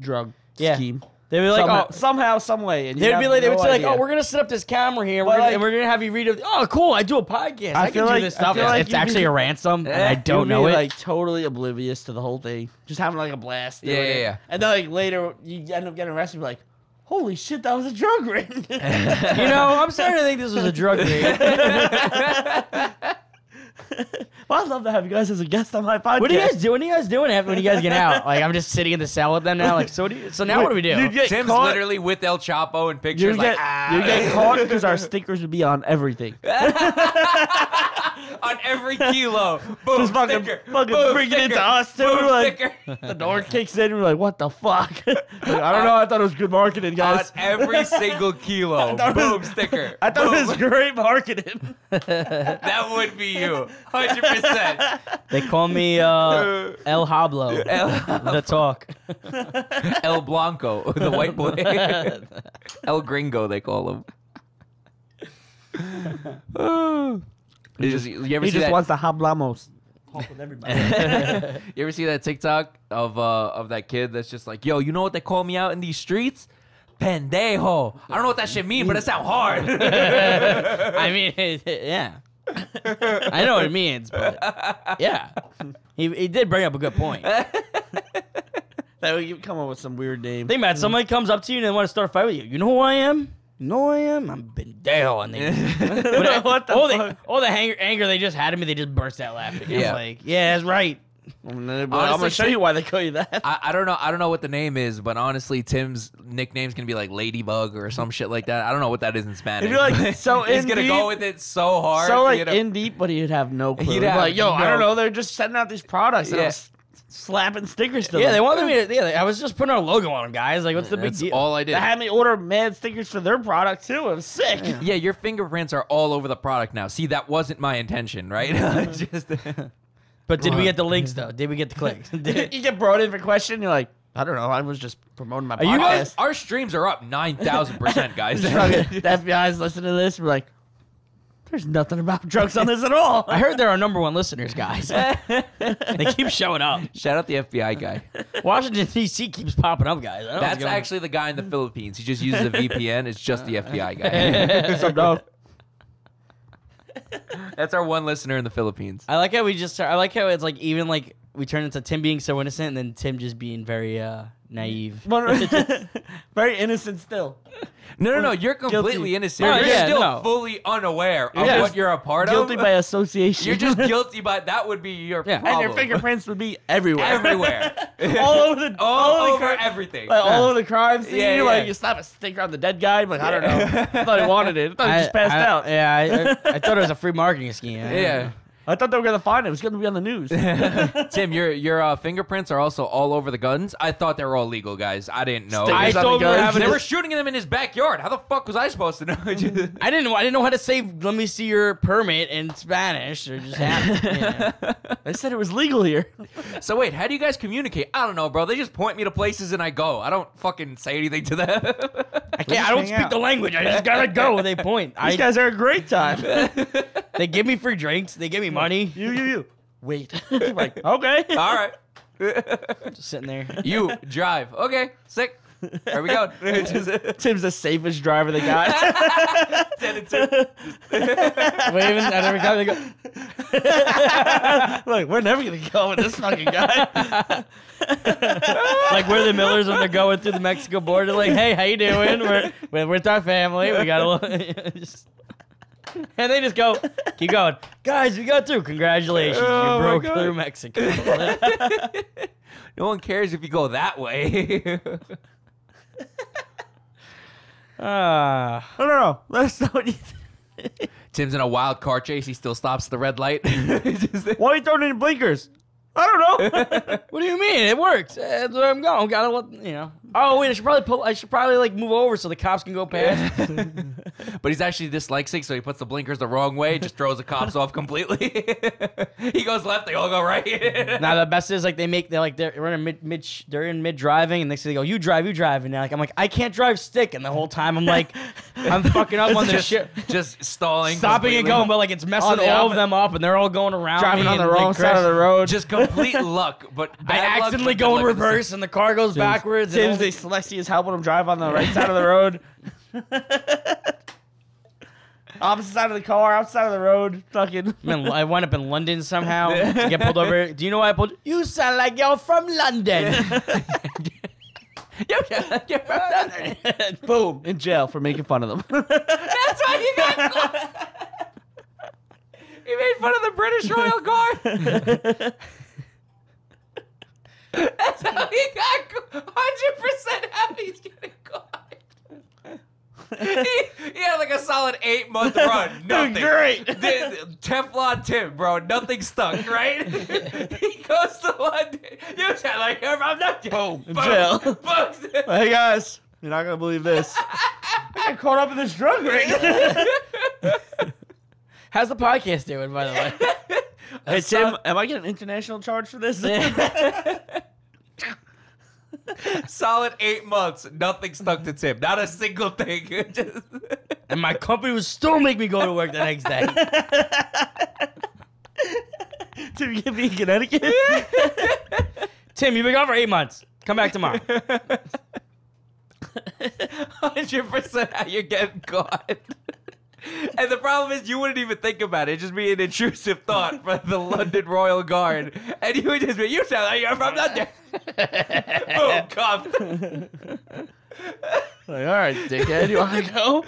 drug
Yeah.
scheme.
They'd be like,
somehow,
"Oh."
somehow, some way. And you'd
They'd be
have
like, they
no
would say like,
idea.
"Oh, we're gonna set up this camera here, and
But like-
we're, gonna, and we're gonna have you read it. Oh, cool! I do a podcast.
I
I,
feel
can
like-
do this
I
stuff.
feel like
it's
you'd be- Eh,
actually a ransom, and I
You'd
don't
You'd
know
be,
it.
Like totally oblivious to the whole thing, just having like a blast. doing
Yeah, yeah,
it.
yeah.
And then like later, you end up getting arrested. You're like, holy shit, that was a drug ring.
<laughs> <laughs>
<laughs>
you know, I'm starting to think this was a drug raid.
well, I'd love to have you guys as a guest on my podcast.
<laughs> What do you guys do? What are you guys doing after when you guys get out? Like I'm just sitting in the cell with them now. Like so, what do you, so now what do we do?
You'd get
Tim's
caught.
literally with El Chapo in pictures.
You'd
like,
get,
ah.
you'd get caught because
<laughs>
our stickers would be on everything.
<laughs> on every kilo. Boom,
Just fucking-
sticker.
fucking
Boom,
bring it
sticker.
into us, too,
Boom,
like-
sticker.
<laughs> The door kicks in, and we're like, what the fuck? <laughs> Like, I don't know. I thought it was good marketing,
on
guys. <laughs>
every single kilo.
thought it was-
Boom, sticker.
I thought it
Boom.
was great marketing.
That would be you.
<laughs>
100%.
They call me uh, El Hablo.
El,
the
<laughs>
talk. <laughs>
El Blanco, the white boy. El Gringo, they
<sighs>
call him. you, just- you ever
He
see
just
that?
wants to hablamos. Talk with everybody.
you ever see that TikTok of uh, of that kid that's just like, yo, you know what they call me out in these streets? Pendejo. I don't know what that shit mean, but it sound hard.
<laughs>
<laughs>
I mean, yeah. I know what it means, but yeah, he, he did bring up a good point.
That would you come up with some weird name.
Think about it, somebody comes up to you and they want to start a fight with you. You know who I am? You know who I am? I'm <laughs> Bendale.
<laughs>
And they,
What the
all the
fuck?
all the anger, anger they just had at me, they just burst out laughing. I was
Yeah.
like, yeah, that's right.
I'm gonna, I'm gonna
Honestly,
show
Tim-
you why they call you that.
I, I don't know. I don't know what the name is, but honestly, Tim's nickname's gonna be like Ladybug or some shit like that. I don't know what that is in Spanish.
If you're
<laughs>
like, so
he's
in
gonna
deep,
go with it so hard.
so like
you know?
in deep, but he'd have no clue.
He'd
He'd be
have
like, yo, I don't
no-
know, they're just sending out these products. And
Yeah.
I'm s- slapping stickers to
Yeah, they
them.
wanted me to. Yeah, they- I was just putting our logo on them, guys. Like, what's the big
That's
deal?
all I
They
did.
had me order mad stickers for their product too. I'm sick. <laughs>
yeah, your fingerprints are all over the product now. See, that wasn't my
<laughs>
intention, right? <laughs> Just
but did we get the links though? Did we get the <laughs> clicks? Did-
you get brought in for question, you're like, I don't know, I was just promoting my
You guys,
podcast.
our streams are up nine
<laughs>
thousand percent, guys.
the FBI's listening to this, we're like, there's nothing about drugs on this at all.
I heard they're our number one listeners, <laughs> guys. they keep showing up.
<laughs> Shout out the
<laughs>
FBI guy.
Washington D.C. keeps popping up, guys. I don't know what's
That's
going on.
actually the guy in the Philippines. He just uses a VPN. It's just the FBI
<laughs>
<laughs>
guy. That's our one listener in the Philippines.
I like how we just. I like how it's like even like we turn into Tim being so innocent and then Tim just being very uh
<laughs>
naive. <laughs>
But- Very innocent still.
No, no, no. You're completely
Guilty.
innocent.
No,
you're
yeah,
still
no.
fully unaware of
Yeah.
what you're a part
Guilty
of.
by association.
<laughs> you're
<laughs>
just guilty by that would be your
Yeah.
and
And
problem.
your fingerprints would be everywhere. <laughs>
everywhere,
all over the
all
<laughs> all
over
over the, cri-
everything.
like, all over the crime scene.
Yeah,
you're like
yeah.
you slap a sticker on the dead guy. I'm like I don't know. I thought he wanted it. I thought he
I-
just passed
I-
out.
Yeah, I, I, I thought it was a free marketing scheme.
yeah.
I thought they were gonna find it. It was gonna be on the news.
<laughs> Tim, your your uh, fingerprints are also all over the guns. I thought they were all legal, guys. I didn't know.
Stickers
I
on the
told you
guns.
I having
they
<laughs>
this-
were shooting them in his backyard. How the fuck was I supposed to know? <laughs>
I didn't. I didn't know how to say. Let me see your permit in Spanish.
<laughs>
Or just happened. you know.
They said it was legal here.
so wait, how do you guys communicate? I don't know, bro. They just point me to places and I go. I don't fucking say anything to them.
I can't. I don't
hang
speak
out.
the language. I just gotta
<laughs>
go. when They point. I,
These guys are a great
<laughs>
time.
they give me free drinks.
<laughs>
They give me money.
you, you, you. Wait. I'm <laughs> like okay.
all right,
Just sitting <laughs> there.
you drive. Okay, sick. There we
<laughs>
go. Just-
Tim's the safest driver they got.
waving at every time they go.
Look, we're never gonna
Oh,
go with this fucking <laughs> guy.
Like we're the Millers when they're going through the Mexico border. Like, hey, how you doing? We're we're with our family. We got a little. <laughs> just- and they just go, keep going, guys. We got through. Congratulations,
Oh,
you
my
broke
God.
through Mexico.
no one cares if you go that way. <laughs>
Ah.
no, no, no. Let <laughs> us know what you. Think.
Tim's in a wild car chase. He still stops at the red light. <laughs> Just-
Why are you throwing in blinkers? I don't know.
What do you mean? It works. That's where I'm going. Gotta let you know. Oh wait, I should probably pull. I should probably like move over so the cops can go past.
But he's actually dyslexic, so he puts the blinkers the wrong way, just throws the cops off completely. <laughs> he goes left, they all go <laughs> right.
now the best is like they make they're like they're running mid mid sh- they're in mid driving and next thing they go you drive you drive and now like I'm like I can't drive stick and the whole time I'm like I'm fucking up on the
just,
shit.
just stalling,
Stopping and
completely.
going, but like it's messing all
the
of
oppo-
them up, and they're all going around.
Driving
me
on the
and, like,
wrong side
crash-
of the road.
Just complete luck, but
I
bad luck,
accidentally
but
go in
good luck at the
reverse, and the car goes backwards. and
Tim's
all-
the dyslexia is helping him drive on the right side of the <laughs> road.
<laughs>
Opposite side of the car, outside of the road, <laughs> fucking.
Man, I wound up in London
<laughs>
somehow. to get pulled over. Do you know why I pulled? You sound like you're from London. <laughs>
same- You're from London.
<laughs> Boom, in jail for making fun of them.
That's why he got caught. He made fun of the British Royal Guard. That's how he got hundred percent how he's getting caught. He, he had like a solid eight month
<laughs>
run. Nothing.
great.
<laughs> Did- Teflon Tim, bro. Nothing stuck, right? <laughs> he goes to London. You sound like you're from London.
<laughs> Boom, in
Boom.
jail.
Boom.
<laughs>
<laughs>
hey guys, you're not gonna believe this. <laughs> I got caught up in this drug ring. <laughs>
How's the podcast doing, by the way?
hey Tim, am I getting an international charge for this? <laughs>
solid eight months, nothing stuck to Tim. Not a single thing. <laughs> Just-
and my company would still make me go to work the
<laughs>
next day.
Tim, you get me in Connecticut?
<laughs> Tim, you've been gone for eight months. Come back tomorrow.
100% how you're getting caught. And the problem is, you wouldn't even think about it. It'd just be an intrusive thought for the London Royal Guard. And you would just be, you sound like you're from
<laughs>
London. Boom,
<laughs>
cuffed.
like, all right, dickhead, you wanna go?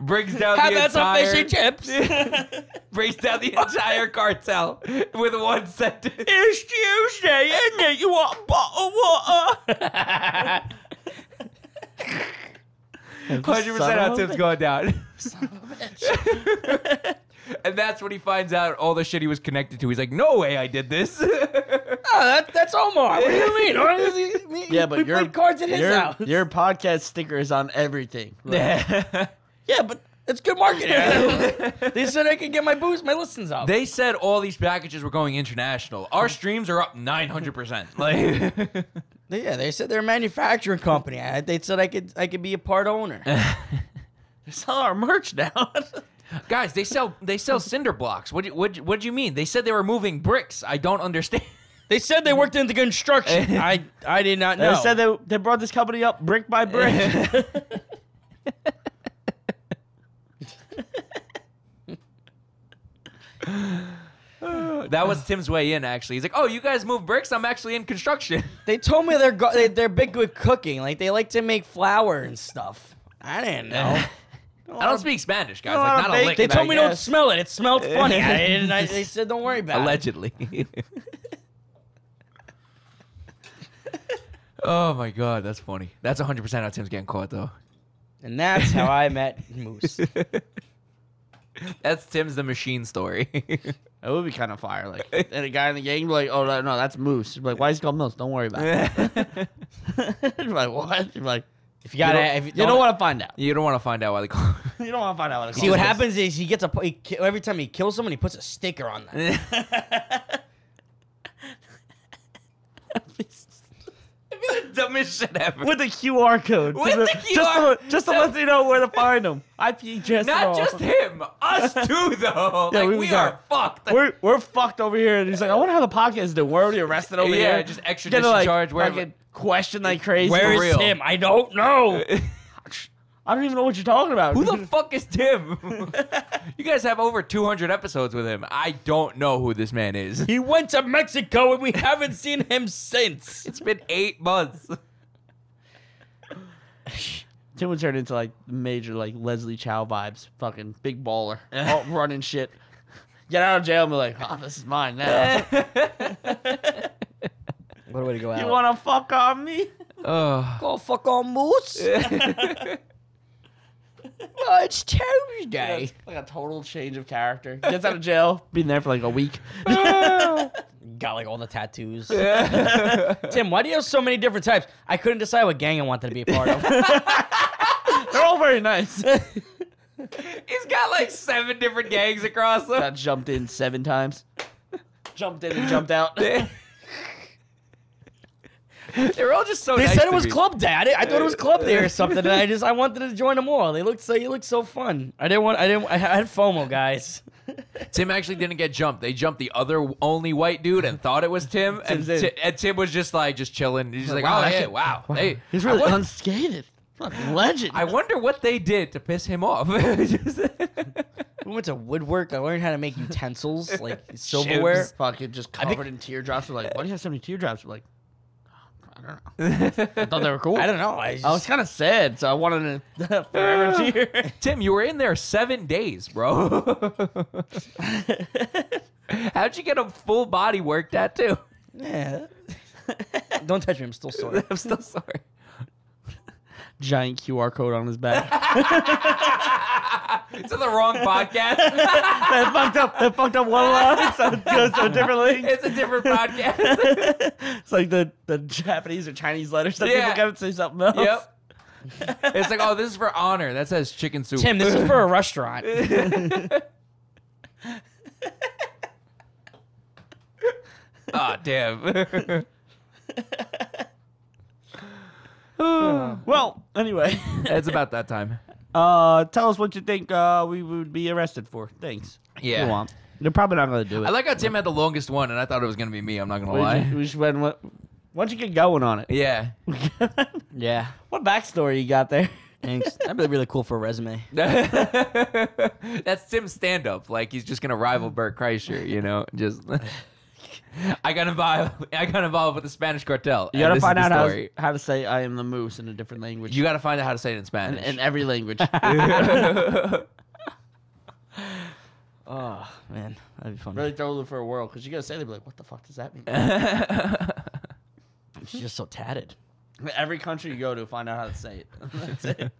breaks down
How
the
about some
entire
fish and chips?
breaks down the entire cartel with one sentence.
It's Tuesday, isn't it? You want a bottle of water?
Hundred percent how Tim's going down. <laughs> and that's when he finds out all the shit he was connected to. He's like, "No way, I did this." <laughs>
oh, that, that's Omar. What do you mean? Omar is- he- he-
Yeah, but
we
your-
played cards at his
Your,
house.
your podcast sticker is on everything. <laughs>
yeah, but it's good marketing. they said I could get my boost, my listens up.
they said all these packages were going international. Our streams are up nine hundred percent. Like,
yeah, they said they're a manufacturing company. I, they said I could I could be a part owner.
They <laughs> sell our merch now.
guys, they sell they sell cinder blocks. What do you- what do you- what do you mean? They said they were moving bricks. I don't understand. <laughs>
they said they worked
<laughs>
into construction. I I did not
they
know.
said they, they brought this company up brick <laughs> by brick.
That was Tim's way in. Actually, he's like, "Oh, you guys move bricks. I'm actually in construction."
<laughs> They told me they're go- they, they're big with cooking. Like they like to make flour and stuff. I didn't know.
I don't speak Spanish, guys.
wanna
Like, not a
bake
lick.
They
And I
told me don't
guess-
smell it.
<laughs>
It smelled funny. I didn't. I, they said don't worry about it.
allegedly. <laughs> oh my god, that's funny. That's 100% how Tim's getting caught though.
And that's how
<laughs>
I met Moose.
<laughs> That's Tim's the machine <laughs> story.
That would be kind of fire. <laughs> Like, and a guy in the gang be like, "Oh no, no, that's Moose." You're like, why is he called Moose? Don't worry about <laughs> it. You're like, what? You're like,
If you gotta,
don't-
if
you don't, want to find out.
you don't want to find out why they <laughs> call.
You don't want to find out. What
see what happens is he gets a he, ki- every time he kills someone he puts a sticker on
<laughs>
them.
Dumbest shit ever.
With the QR code.
With the
Just
QR
to, just to let you know where to find <laughs> him. IP address. and all.
Not just him, us too though.
Yeah,
like
we-
we,
we
are
got- <laughs>
fucked. <laughs>
We're, we're fucked over here. And he's like, I wonder how the podcast did. We're already arrested over
Yeah,
here.
just
Get to,
extradition
like,
charge, wherever-
fucking question like crazy.
Where
Where's
real.
Tim? I don't know.
I don't even know what you're talking about.
Who the fuck is Tim? <laughs> you guys have over 200 episodes with him. I don't know who this man is. <laughs>
he went to Mexico and we haven't seen him since.
It's been eight months.
Tim would turn into like major like Leslie Chow vibes, fucking big <laughs> baller, all running shit. Get out of jail and be like, oh, this is mine <laughs> now.
What a way to go out.
you wanna fuck on me?
Ugh. <laughs>
go fuck on Moose? <laughs> well, it's Tuesday.
It's <laughs> like a total change of character. Gets out of jail, <laughs> been there for like a week.
<laughs> Got like all the tattoos. Tim, why do you have so many different types? I couldn't decide what gang I wanted to be a part <laughs> of.
They're all very nice.
He's got like seven different gangs across them.
<laughs> Got jumped in seven times. Jumped in and jumped out.
<laughs> They were all just so.
they
nice
said
to
it was
me.
club day. I, did, I thought it was club day or something, and I just I wanted to join them all. They looked so you looked so fun. I didn't want I didn't I had FOMO, guys.
Tim actually didn't get jumped. They jumped the other only white dude and thought it was Tim, and,
Tim's in.
Ti- and Tim was just like just chilling. He's just like,
Wow,
oh
that
yeah,
kid-
wow. They,
<laughs> He's
I,
really
wonder,
unscathed. Fucking legend.
I wonder what they did to piss him off. <laughs> Just-
We went to woodwork. I learned how to make utensils like <laughs> silverware.
Just fucking just covered in teardrops. We're like, why do you have so many teardrops? We're like, I don't know. <laughs> I thought they were cool.
I don't know. I, just,
I was kind of sad, so I wanted
<laughs>
to forever tear.
Tim, you were in there seven days, bro. <laughs> How'd you get a full body worked at too?
yeah. Don't touch me. I'm still sore.
<laughs> I'm still sorry.
Giant QR code on his <laughs> back.
It's in the wrong podcast.
<laughs>
that fucked up. That fucked up one <laughs> line. So it goes to a different link.
It's a different
<laughs>
podcast.
<laughs> It's like the, the Japanese or Chinese letters that
Yeah.
people got to say something else.
Yep. It's like, oh, this is for honor. That says chicken soup. <laughs>
Tim, this is
<laughs>
for a restaurant.
Ah, damn.
Well, anyway,
it's about that time.
uh, tell us what you think uh, we would be arrested for. Thanks.
Yeah.
Go on. They're probably not going to do it.
I like how Tim had the longest one, and I thought it was gonna be me. I'm not gonna
we,
lie.
ju- we just went, went- why don't you get going on it?
Yeah.
yeah.
what backstory you got there?
Thanks. That'd be really cool for a resume.
<laughs> That's Tim's stand up. Like he's just gonna rival Burt Kreischer, you know? Just <laughs> I got involved. I got involved with the Spanish cartel.
You
and
gotta
this is
find
the
out how,
story.
how to say "I am the moose" in a different language.
You gotta find out how to say it in
in, <laughs>
Spanish.
in every
<laughs>
language.
Oh <laughs> man, that'd be
<laughs>
funny.
really throw them for a whirl because you gotta say they'd be like, "What the fuck does that
<laughs>
mean?" <laughs>
She's just so tatted.
every country you go to, find out how to say it. <laughs>
<laughs>
That's it.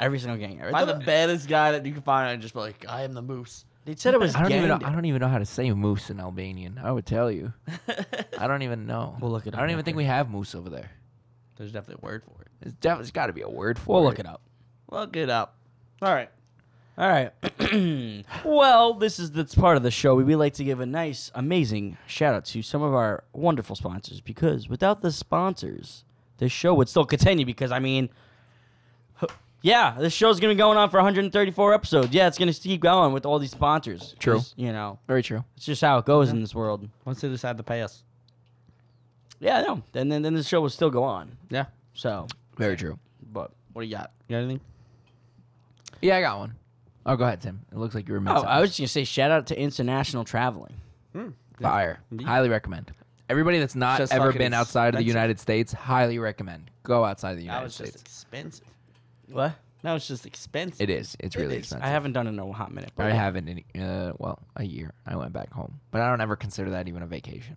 Every single gang. I
Find the
thought-
baddest guy that you can find and just be like, "I am the moose."
They said it was.
I don't even. Know,
gang
I don't even know how to say moose in Albanian. I would tell
<laughs>
you. I don't even know.
We'll look
I
it up
don't even
after.
think we have moose over there.
There's definitely a word for it.
It's def- it's got to be a word for
we'll
it.
look it up.
Look it up. All right.
All right. <clears throat> well, this is the part of the show where we like to give a nice, amazing shout out to some of our wonderful sponsors because without the sponsors, this show would still continue because, I mean, <sighs> h- yeah, this show's going to be going on for 134 episodes. Yeah, it's going to keep going with all these sponsors.
True.
'Cause, You know,
Very true.
it's just how it goes in this world.
Once they decide to pay us.
Yeah, I know. And then, then this show will still go on.
Yeah.
So,
Very true.
but.
What do you got? You got anything?
Yeah, I got one. Oh, go ahead, Tim. It looks like you were mid
Oh, I was just going to say shout out to International Traveling.
fire. Highly recommend. Everybody that's not
Just
ever
fucking
been outside of the
expensive.
United States, highly recommend. Go outside of the United States. <laughs>
expensive.
What?
Now it's just expensive.
It is. It's
It
really
is.
expensive.
I haven't done it in a hot minute.
I haven't in uh, well a year. I went back home, but I don't ever consider that even a vacation.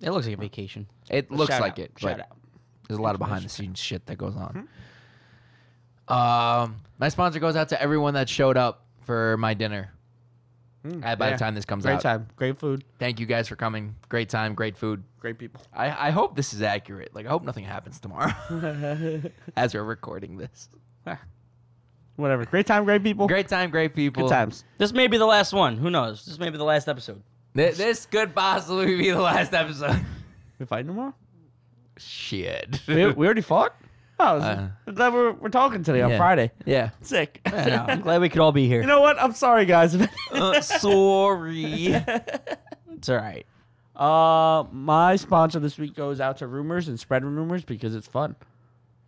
It looks like a vacation.
It looks
Shout
like
out.
it.
Shout
but
out.
There's a lot of behind the scenes shit that goes on.
Mm-hmm.
Um, my sponsor goes out to everyone that showed up for my dinner. Uh, by the time this comes
Mm, great
out,
time, great food,
thank you guys for coming. Great time, great food.
great people.
I, I hope this is accurate. Like I hope nothing
<laughs>
happens tomorrow as we're recording this.
Whatever. Great time, great people.
Great time, great people.
Good times.
This may be the last one. Who knows? This may be the last episode.
Th- this could possibly be the last episode.
We fighting tomorrow?
Shit.
we, we already fought? <laughs> Oh, it's-
Uh,
I'm glad we're, we're talking today on
Yeah.
Friday.
<laughs>
<laughs>
yeah.
Sick. <laughs>
I'm glad we could all be
you
here.
know what? I'm sorry, guys.
Uh, sorry.
<laughs>
It's all right.
uh, my sponsor this week goes out to rumors and spreading rumors because it's fun.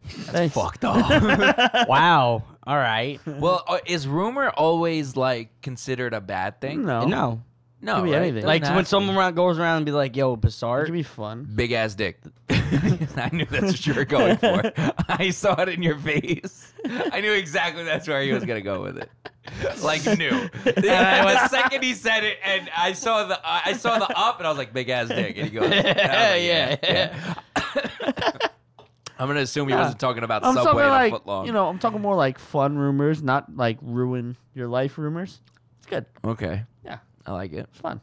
Thanks. <laughs>
Fucked <laughs> up.
Wow. All right.
well, uh, is rumor always like considered a bad thing?
No,
No.
No,
Could be
right?
anything.
Doesn't
Like
have
when
to.
someone around goes around and be like, yo,
it
Bizarre.
could be fun.
big ass dick. <laughs> I knew that's what you were going for. <laughs> I saw it in your face. I knew exactly that's where he was gonna go with it. Like knew. The second he said it, and I saw the I saw the up, and I was like big ass dick, and he
<laughs>
goes, and I was like,
Yeah,
yeah." I'm gonna assume he
Yeah.
wasn't talking about
I'm talking
subway and
like
a footlong.
you know, I'm talking more like fun rumors, not like ruin your life rumors. It's good.
Okay,
Yeah,
I like it.
it's fun.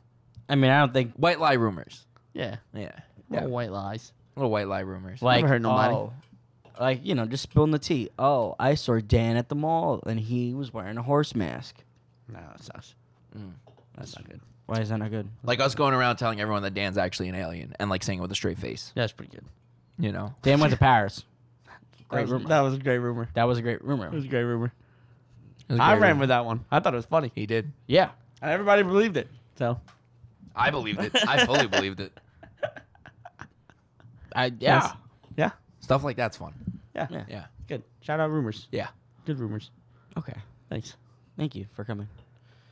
I mean, I don't think
White lie rumors.
Yeah,
Yeah,
no white lies.
little white lie rumors.
like
hurt nobody.
oh, like you know, just spilling the tea. Oh, I saw Dan at the mall and he was wearing a horse mask.
No, that sucks. That's not good.
Why is that not good?
like us going around telling everyone that Dan's actually an alien and like saying it with a straight face.
That's pretty good.
You know.
Dan went to Paris.
That
Great
was,
rumor.
that was a great rumor.
That was a great
It was
rumor.
a great rumor. I ran with that one. I thought it was funny.
He did.
Yeah.
And everybody believed it. So
I believed it. I
<laughs>
fully believed it.
I yeah.
Yes. yeah,
Stuff like that's fun.
yeah,
Yeah.
Yeah.
Good. Shout out Uh, rumors.
Yeah.
Good rumors.
Okay.
Thanks.
Thank you for coming.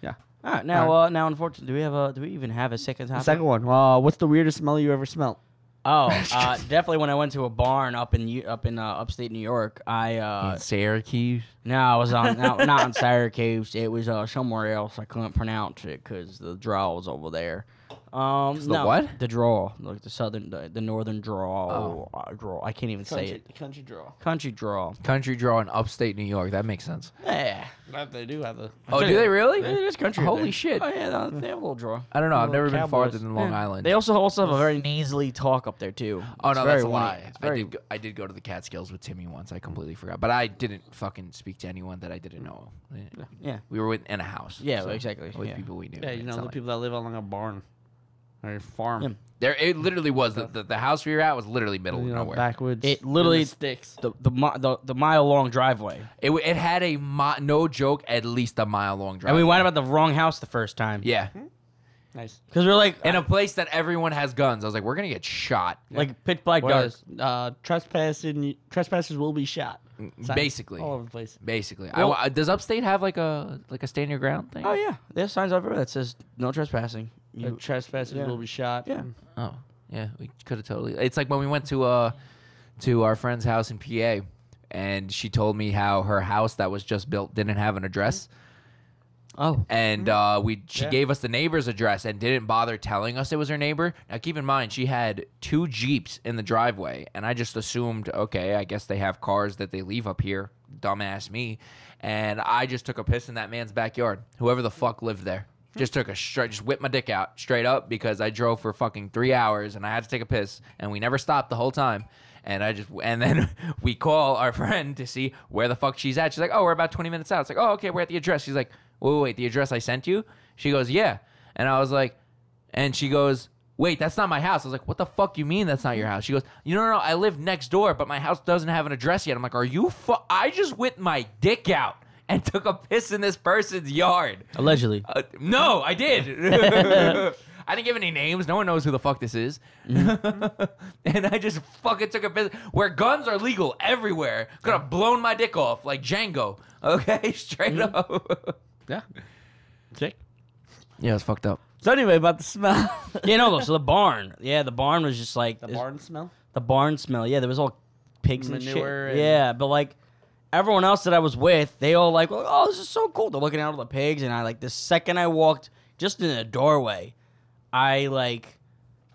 Yeah.
All right. Now,
All
uh, now, unfortunately, do we have a? Do we even have a second
The
topic?
second one. Uh, what's the weirdest smell you ever smelt?
Oh, uh, definitely when I went to a barn up in U- up in uh, upstate New York. I uh,
Syracuse.
no, I was on no, not in Syracuse. It was uh, somewhere else. I couldn't pronounce it because the draw was over there. Um,
the
no,
what?
The draw, like the southern, the, the northern draw. Uh, draw. I can't even say it.
Country draw.
Country draw.
Country draw in upstate New York. That makes sense.
Yeah.
They do have a.
Oh, do they really?
It is country.
Holy
there.
shit.
Oh yeah, no, they have a little draw.
I don't know. I've
Little
never been
cowboys.
farther than Long Island.
They also also have a very nasally talk up there too.
oh
It's
no,
very
that's a
winning.
lie.
It's
I
very
did, go, I did go to the Catskills with Timmy once. I completely forgot, but I didn't fucking speak to anyone that I didn't know.
yeah.
We were with, in a house.
Yeah, exactly,
With
yeah.
people we knew.
Yeah, you
It's
know
not
the
like-
people that live on like a barn or a farm.
Yeah.
There, it literally was the, the, the house we were at was literally middle
You
of
know,
nowhere.
backwoods.
It literally-
in the sticks.
the the, mi- the, the mile long driveway.
It, w- it had a mi- no joke, at least a mile long drive.
And we went about the wrong house the first time.
yeah,
Nice.
Because we are like,
in a place that everyone has guns. I was like, we're gonna get shot.
like pitch black
What
dark.
else? Uh, trespassing, trespassers will be shot. Signs
basically.
all over the place.
Basically, I
Well-
wa- does Upstate have like a like a stand your ground thing?
Oh yeah, there's signs everywhere that says no trespassing.
You, Uh, trespassers
yeah.
will be shot. Mm.
Yeah.
and-
Oh, yeah, we could have totally. It's like when we went to uh to our friend's house in PA, and she told me how her house that was just built didn't have an address.
Oh.
and uh, we she
Yeah.
gave us the neighbor's address and didn't bother telling us it was her neighbor. Now keep in mind she had two jeeps in the driveway, and I just assumed, okay, I guess they have cars that they leave up here. Dumbass me, and I just took a piss in that man's backyard. Whoever the fuck lived there. Just took a straight, just whipped my dick out straight up because I drove for fucking three hours and I had to take a piss and we never stopped the whole time. And I just, and then <laughs> we call our friend to see where the fuck she's at. She's like, oh, we're about 20 minutes out. It's like, oh, okay, we're at the address. She's like, wait, wait, wait, the address I sent you? She goes, yeah. And I was like, and she goes, wait, that's not my house. I was like, what the fuck you mean that's not your house? She goes, you know, no, no, I live next door, but my house doesn't have an address yet. I'm like, are you fu- I just whipped my dick out and <laughs> took a piss in this person's yard.
Allegedly.
Uh, <laughs> no, I
<laughs>
did. I didn't give any names. No one knows who the fuck this is.
Mm-hmm.
<laughs> and I just fucking took a piss where guns are legal everywhere. Could have blown my dick off like Django. <laughs> Okay, straight
Mm-hmm.
up. <laughs>
Yeah. Sick.
yeah, it's fucked up.
So anyway, about the smell.
yeah, no, though, so the barn. Yeah, the barn was just like
the
it's-
barn smell.
the barn smell. Yeah, there was all pigs
Manure
and
and-
shit. Yeah, but like everyone else that I was with, they all like, were like, oh, this is so cool. They're looking out at the pigs, and I like the second I walked just in the doorway, I like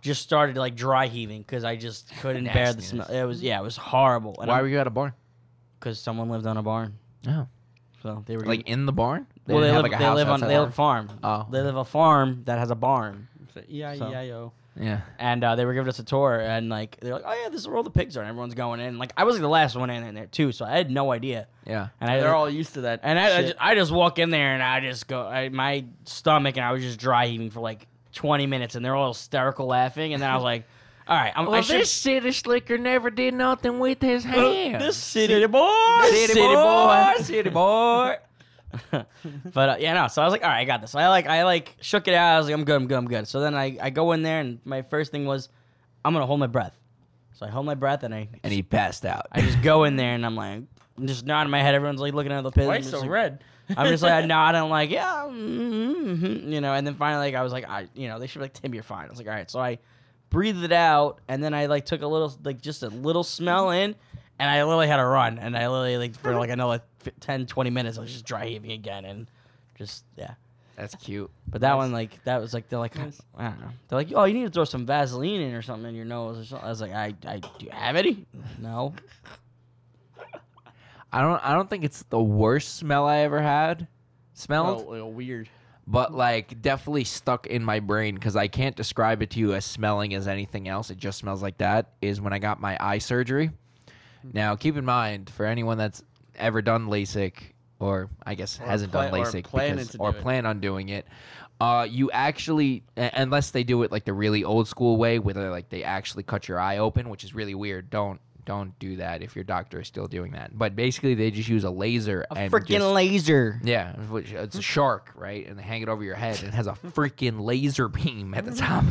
just started like dry heaving because I
<laughs>
just couldn't bear the smell.
Nastiness.
It was yeah, it was horrible. And
you at a barn?
Because someone lived on a barn,
No.
so they were
Like
gonna-
in the barn?
well, they
didn't
live,
have, like, a
they
house
live on
outside
they
the
live a farm.
Oh.
They live a farm that has a barn.
So, E-I-E-I-O.
barn? Yeah.
and uh, they were giving us a tour, and like they're like, "Oh yeah, this is where all the pigs are." And everyone's going in. Like I was the last one in, in there too, so I had no idea.
Yeah.
And I
They're all used to that.
and I, I,
shit.
just, I just walk in there and I just go I, my stomach and I was just dry heaving for like 20 minutes, and they're all hysterical laughing, and then I was like, "All right, I'm, I should."
city slicker never did nothing with his
this <laughs> city boy,
city boy, city
<laughs>
boy.
but uh, yeah, no. So I was like, all right, I got this. So I like, I like shook it out. I was like, I'm good, I'm good, I'm good. So then I, I go in there, and my first thing was, I'm gonna hold my breath. So I hold my breath, and I
And he passed out.
I just go in there and I'm like, I'm just nodding my head. Everyone's like looking at the pin.
Why
I'm
you
just
so
like-
red? <laughs>
I'm just like nodding. I'm like, yeah, mm mm you know. And then finally, like, I was like, I, you know, they should be like, Tim, you're fine. I was like, all right. So I breathed it out, and then I like took a little, like, just a little smell in, and I literally had to run, and I literally like for like another fi- 10, 20 minutes, I was just dry heaving again, and just yeah.
That's cute.
But that one, like, that was like they're like,
Nice.
I don't know. They're like, oh, you need to throw some Vaseline in or something in your nose or something. I was like, I, I do you have any? No.
I don't. I don't think it's the worst smell I ever had. Smelled,
Oh, oh, weird.
but like definitely stuck in my brain because I can't describe it to you as smelling as anything else. It just smells like that. Is when I got my eye surgery.
Hmm.
Now, keep in mind for anyone that's ever done LASIK or I guess hasn't
pla-
done
or
LASIK
planning
because,
to
or
do it.
plan on doing it, uh, you actually a- unless they do it like the really old school way, where they like they actually cut your eye open, which is really weird. Don't don't do that if your doctor is still doing that. But basically, they just use a laser
A
and
freaking
just-
laser.
yeah, which- it's a shark, right? And they hang it over your head, and it has a freaking laser beam at
<laughs>
the top.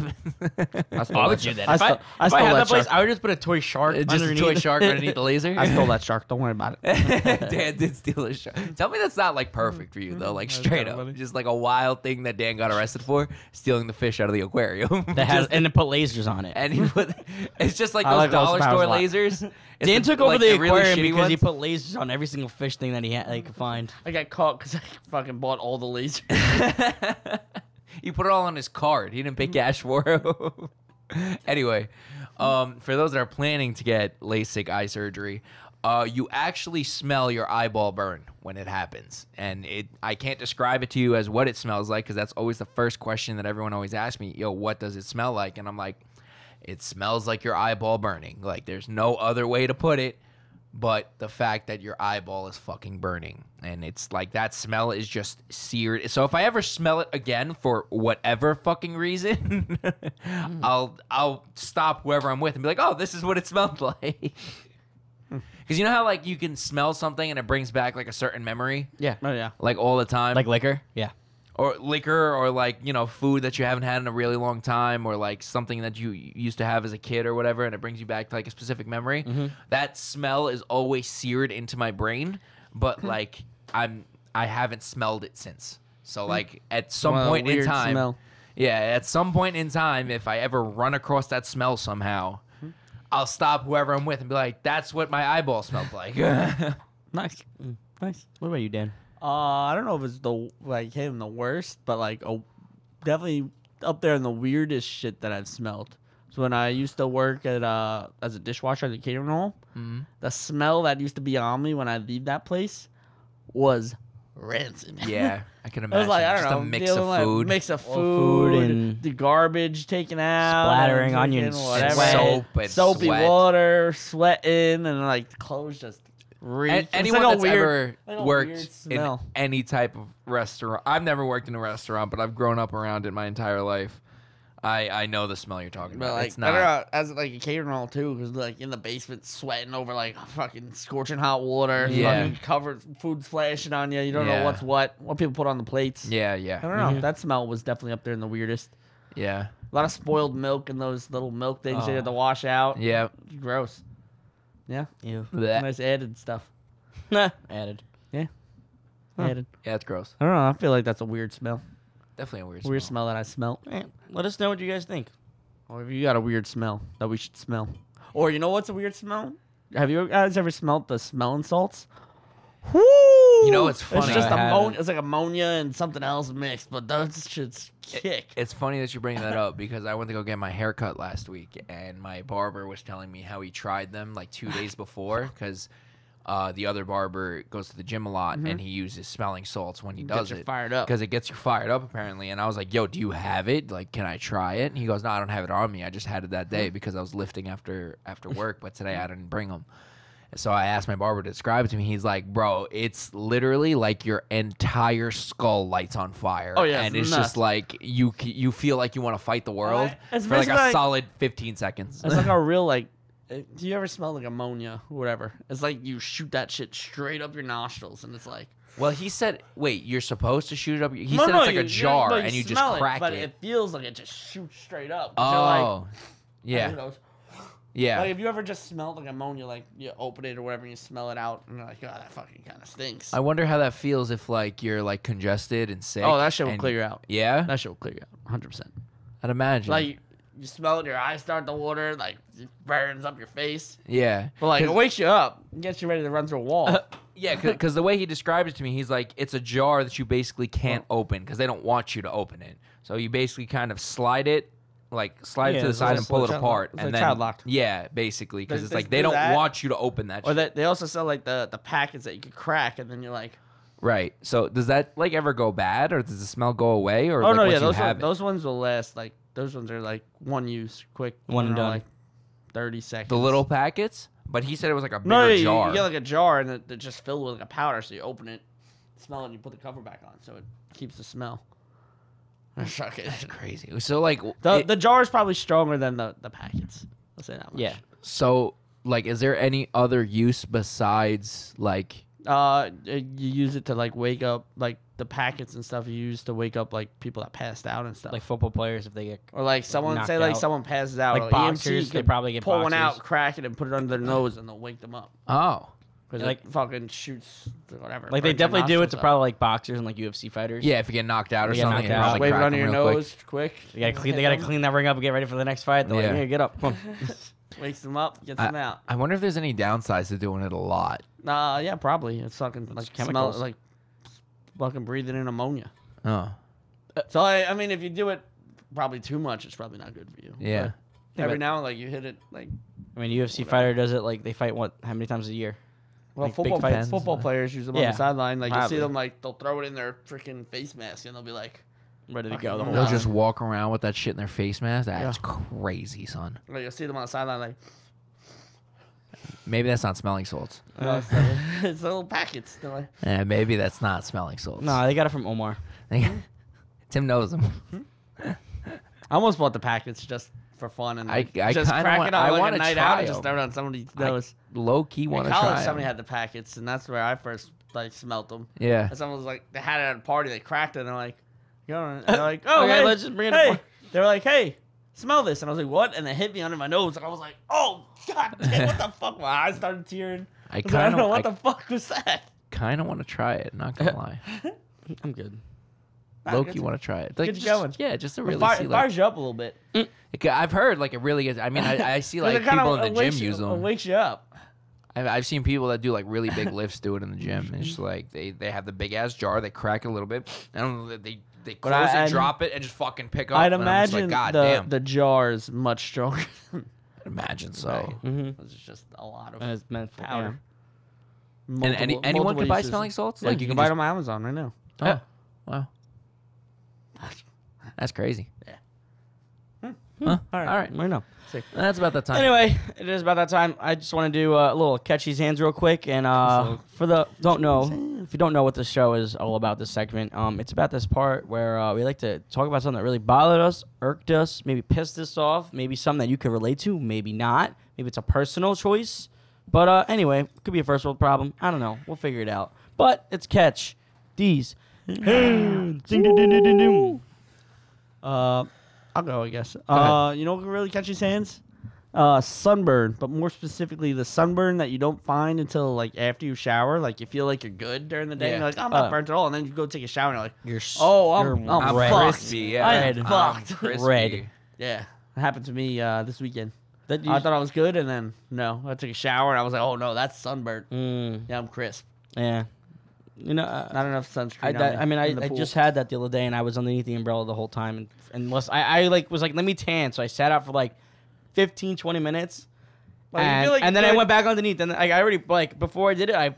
I
I would do that.
I
if I,
stole- I
if I
stole that
had that place,
shark.
I would just put a toy shark
Uh, Just
underneath.
a toy shark
<laughs>
underneath the laser.
I stole that shark. Don't worry about it.
<laughs> Dan did steal a shark. Tell me that's not like perfect for you though,
Mm-hmm.
like straight
kinda
up,
funny.
just like a wild thing that Dan got arrested for stealing the fish out of the aquarium. <laughs>
that has,
Just-
and then put lasers on it.
and he put, it's just like
I
those
like those
dollar
powers
store
a lot.
lasers. It's
Dan took over
like,
the
really
aquarium
shitty
because he
ones.
put lasers on every single fish thing that he had, they could find.
I got caught because I fucking bought all the lasers.
he put it all on his card. He didn't pay cash for it. <laughs> anyway, um, for those that are planning to get LASIK eye surgery, uh, you actually smell your eyeball burn when it happens, and it. I can't describe it to you as what it smells like because that's always the first question that everyone always asks me. Yo, what does it smell like? And I'm like, it smells like your eyeball burning. Like there's no other way to put it but the fact that your eyeball is fucking burning and it's like that smell is just seared so if i ever smell it again for whatever fucking reason <laughs> i'll i'll stop whoever i'm with and be like oh this is what it smelled <laughs> like
Hmm.
because you know how like you can smell something and it brings back like a certain memory
Yeah.
<laughs> oh yeah.
like all the time
Like liquor? Yeah.
or liquor or like you know food that you haven't had in a really long time or like something that you used to have as a kid or whatever and it brings you back to like a specific memory
Mm-hmm.
that smell is always seared into my brain
Hmm.
but like i'm i haven't smelled it since so like at some
Wow,
point in
Hmm. weird
time
smell.
Yeah, at some point in time, if I ever run across that smell somehow,
Hmm.
I'll stop whoever I'm with and be like, "That's what my eyeball smelled
<laughs>
like." <laughs>
Nice.
Mm.
Nice.
What about you, Dan?
Uh, I don't know if it's the like him the worst, but like a, definitely up there in the weirdest shit that I've smelled. So when I used to work at uh as a dishwasher at the catering home,
Mhm.
the smell that used to be on me when I leave that place was rancid.
yeah, I can
It
imagine.
was like I don't
Just
know,
a mix
dealing
of
with
food,
mix of
Well,
food,
food and-
the garbage taken out,
Splattering
and
onion
freaking
sweat.
Soap and
soapy
sweat.
water, sweating, and like clothes just reek.
A-
It's like
anyone
a
that's
weird- like
ever
a weird
worked in
smell.
any type of restaurant, I've never worked in a restaurant, but I've grown up around it my entire life. I, I know the smell you're talking
But
about.
like,
it's
I
not.
don't know, as like a catering all too, because like in the basement, sweating over like fucking scorching hot water,
Yeah.
fucking covered food splashing on you. You don't
Yeah.
know what's what. What people put on the plates.
Yeah,
I
yeah,
don't know.
Mhm.
That smell was definitely up there in the weirdest.
yeah,
A lot of spoiled milk and those little milk things they had to
Oh.
wash out.
yeah.
Gross.
You
Blech.
Nice added stuff.
<laughs> added.
Huh. Added.
Yeah, it's gross.
I don't know. I feel like that's a weird smell.
Definitely a weird,
Weird
smell.
smell that I smelt.
Eh, let us know what you guys think.
Or if Oh, you got a weird smell that we should smell. Or you know what's a weird smell? Have you guys ever smelled the smelling salts? Woo! You
know, it's funny,
It's just
I haven't.
ammonia. It's like ammonia and something else mixed, but those shits kick.
It's funny that you bring that up because I went to go get my hair cut last week, and my barber was telling me how he tried them like two
<laughs>
days before because uh, the other barber goes to the gym a lot
Mm-hmm.
and he uses smelling salts when he does
Gets you
it
fired up.
because it gets you fired up apparently. And I was like, "Yo, do you have it? Like, can I try it?" And he goes, "No, I don't have it on me. I just had it that
Hmm.
day because I was lifting after
<laughs>
after work, but today I didn't bring them." So I asked my barber to describe it to me. He's like, "Bro, it's literally like your entire skull lights on fire,
Oh, yeah,
and it's
it's
just
nuts.
like you c- you feel like you want to fight the world
Alright, it's
for like a
basically like-
solid 15 seconds." <laughs>
It's like a real like. uh, Do you ever smell like ammonia or whatever? It's like you shoot that shit straight up your nostrils, and it's like
well, he said, "Wait, you're supposed to shoot it up." He
No,
said
no,
it's like
you-
a
you-
jar,
no,
and you just
smell
crack
but
it.
feels like it just shoots straight up. You're like-
oh,
Who
yeah,
knows?
yeah.
Like, if you ever just smelled like ammonia, like you open it or whatever, and you smell it out, and you're like, oh, that fucking kind of stinks.
I wonder how that feels if like you're like congested and sick.
oh, that shit will
and-
clear you out.
Yeah,
That shit will clear you out, 100. percent
I'd imagine.
Like you, you smell it, your eyes start to water, like it burns up your face.
yeah,
But like it
'Cause-
wakes you up, and gets you ready to run through a wall.
<laughs> yeah, because the way he described it to me, he's like, it's a jar that you basically can't
Oh.
open because they don't want you to open it. So you basically kind of slide it, like slide it
Yeah,
to the
it's
side
like-
and pull
it's
it
like
apart,
child- it's
and
like
then
child locked.
yeah, basically because
They-
it's
they
like they
do
don't
that.
want you to open that.
or
shit.
that they also sell like the the packets that you could crack, and then you're like,
right. So does that like ever go bad, or does the smell go away, or
oh
like,
no,
once
yeah,
you
those
have
one,
it?
those ones will last. Like those ones are like one use, quick,
One and
they're
done.
Like Thirty seconds.
the little packets? But he said it was like a bigger
No, you,
jar.
you get like a jar and it, it's just filled with like a powder. So you open it, smell it, and you put the cover back on, so it keeps the smell. <laughs> Fuck it.
<laughs>
Crazy. So like
The
it-
the jar is probably stronger than the, the packets. I'll say that much.
Yeah.
So, like, is there any other use besides like?
Uh, you use it to like wake up like the packets and stuff you use to wake up like people that passed out and stuff.
Like football players, if they get
or like someone
knocked
say like
out.
someone passes out.
Like
or E EMT
boxers, they
could
probably get
pull one out,
boxers.
crack it, and put it under their nose, and they'll wake them up
Oh,
because
Like-
it fucking shoots whatever.
like they
burns their
definitely do it
nostrils
to
up.
probably like boxers and like UFC fighters.
yeah. If you get knocked out or
You get
something,
knocked
you
out.
probably
like,
wave it
crack
under
them
your
real quick.
nose, quick.
They gotta clean.
<laughs>
They gotta clean that ring up and get ready for the next fight. They're
Yeah.
like, "Here, get up, come <laughs> on."
Wakes them up, gets them out.
I wonder if there's any downsides to doing it a lot.
Uh, yeah, probably. It's fucking like smell,
chemicals.
like fucking breathing in ammonia.
Oh,
So I, I mean, if you do it probably too much, it's probably not good for you.
yeah.
But every now and like you hit it like
I mean, UFC fighter does it like they fight what? How many times a year?
well,
Like big
football
fights.
football players use them on
Yeah,
the sideline. Like
probably.
you see them like they'll throw it in their freaking face mask and they'll be like,
Ready to go the whole
They'll
Nah.
time.
just walk around with that shit in their face mask. That's crazy, son.
like you'll see them on the sideline like
Maybe that's not smelling salts.
"Oh, it's, little, <laughs> it's little packets. They're like,
Eh, maybe that's not smelling salts.
No, they got it from Omar.
<laughs> Tim knows them.
I almost bought the packets just for fun and
I-
like,
I
just
kinda
crack
want-
it on
I
like,
wanna
a night
try
out and just
'em.
throw it on somebody's
I
nose.
Low key
In
want to
college,
try. 'em.
somebody had the packets, and that's where I first like smelt them. <laughs>
yeah.
And someone was like, they had it at a party, they cracked it, and they're like, you know, and they're like,
<laughs>
oh,
Okay,
hey,
let's just bring it to
hey.
par-
They were like, hey, smell this, and I was like, what? And they hit me under my nose, and I was like, oh god, damn,
<laughs>
what the fuck? My eyes started tearing. I,
I
was like, I
kind
don't know
of.
what
I
the fuck was that. <laughs>
kind of want to try it. Not gonna lie.
I'm good.
Nah,
Loki,
it's-
want to try it? Like,
gets you
just-
going.
Yeah, just to
It
really
fire-
see.
it
Like,
fires you up a little bit.
like, I've heard like it really is. I
<laughs>
mean, I, I see like
It kinda
people in the
wakes
gym
you-
use
It
them.
wakes you up.
I've, I've seen people that do like
<laughs>
really big lifts do it in the gym. And it's just like they, they have the big ass jar, they crack it a little bit, and they they
But
close it,
I- I'd-
drop it, and just fucking pick up.
I'd
and I'm just
imagine
like, God
the
damn.
the jar is much stronger. <laughs>
imagine so.
Right.
Mm-hmm.
It's just a lot of
And it's meant for
powder.
And any,
Multiple-
anyone
multiple
can buy
uses.
smelling salts.
Yeah,
like
you can buy
just
them on Amazon right now.
Oh, wow. <laughs> That's crazy. Hmm.
Yeah. Hmm.
Huh?
All right.
All right.
Yeah. Why not?
That's about the time.
Anyway, it is about that time. I just want to do uh, a little catch these hands real quick, and uh, for the don't know if you don't know what the show is all about, this segment, um, it's about this part where uh, we like to talk about something that really bothered us, irked us, maybe pissed us off, maybe something that you could relate to, maybe not, maybe it's a personal choice, but uh, anyway, it could be a first world problem. I don't know. We'll figure it out. But it's catch these hands. Ding, ding, ding, ding, ding, ding.
Uh, I'll go, I guess. uh, you know what can really catch his hands? Uh, sunburn, but more specifically, the sunburn that you don't find until like after you shower. Like you feel like you're good during the day, and
Yeah.
you're like, I'm not
Uh,
burnt at all, and then you go take a shower, and you're like,
You're s-
Oh, I'm-
you're
I'm
I'm
red.
fucked.
Fucked.
Yeah.
I am
I'm
<laughs>
fucked.
crispy.
Red.
<laughs> Yeah, it happened to me uh, this weekend.
That
I
you-
thought I was good, and then no, I took a shower, and I was like, Oh no, that's sunburn.
Mm,
Yeah, I'm crisp.
yeah. You know, uh,
Not enough sunscreen.
I,
on
that,
me
I mean, I,
in the
I
pool.
just had that the other day, and I was underneath the umbrella the whole time. And unless I, I like was like, let me tan, so I sat out for like 15, 20 minutes,
Like, you
and,
feel like you
and then
feel
I
like-
went back underneath. And like, I already like before I did it, I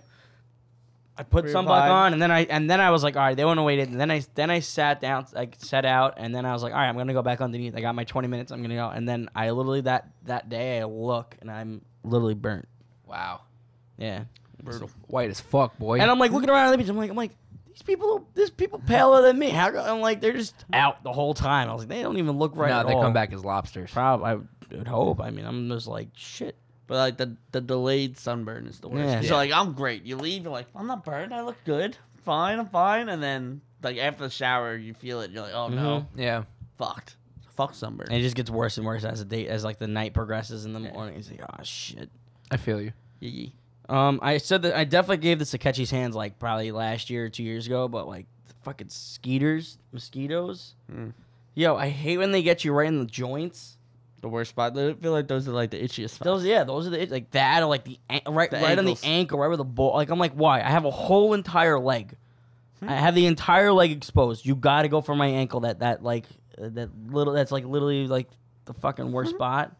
I put
Reapplied.
sunblock on, and then I and then I was like, all right, they want to wait it. And then I then I sat down, like sat out, and then I was like, all right, I'm gonna go back underneath. I got my twenty minutes. I'm gonna go, and then I literally that that day I look and I'm literally burnt.
Wow.
Yeah.
brutal.
White as fuck, boy.
And I'm like looking around at the beach. I'm like, I'm like, these people, these people paler than me. How? co- I'm like, they're just out the whole time. I was like, they don't even look right.
no,
at
they
all.
come back as lobsters.
Prob, I would hope. I mean, I'm just like, shit.
But like the the delayed sunburn is the worst.
Yeah.
'Cause You're like, I'm great. You leave, you're like, I'm not burned. I look good. Fine, I'm fine. And then like after the shower, you feel it. You're like, oh no,
Yeah.
fucked. Fuck sunburn.
Mm-hmm. And it just gets worse and worse as the day, as like the night progresses in the morning. It's like, oh shit.
I feel you.
Yee.
Um, I said that I definitely gave this to Catchy's hands like probably last year or two years ago, but like the fucking skeeters, mosquitoes.
Mm.
Yo, I hate when they get you right in the joints.
the worst spot. I feel like those are like the itchiest spots.
Those yeah, those are the like that or like the an- right
The
right
ankles.
on the ankle, right where the ball. Like I'm like, why? I have a whole entire leg. I have the entire leg exposed. You got to go for my ankle. That that like uh, that little. That's like literally like the fucking worst
Mm-hmm.
spot.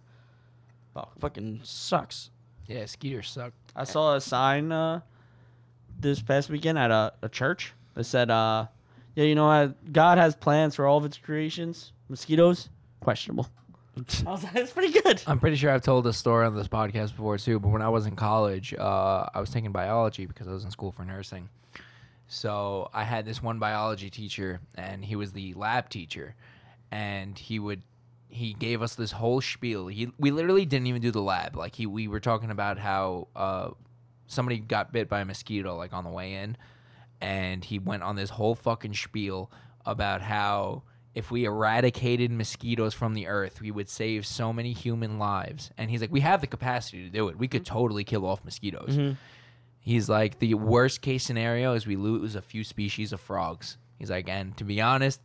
Fuck, fucking
<laughs>
sucks.
Yeah, skeeters suck.
I saw a sign uh, this past weekend at a, a church that said, uh, "Yeah, you know, I, God has plans for all of its creations. Mosquitoes,
<laughs>
questionable." I was like, that's pretty good.
I'm pretty sure I've told this story on this podcast before too, but when I was in college, uh, I was taking biology because I was in school for nursing. So I had this one biology teacher, and he was the lab teacher, and he would he gave us this whole spiel. He we literally didn't even do the lab. Like he we were talking about how uh, somebody got bit by a mosquito like on the way in, and he went on this whole fucking spiel about how if we eradicated mosquitoes from the earth, we would save so many human lives. And he's like, we have the capacity to do it. We could totally kill off mosquitoes. He's like, the worst case scenario is we lose a few species of frogs. He's like, and to be honest,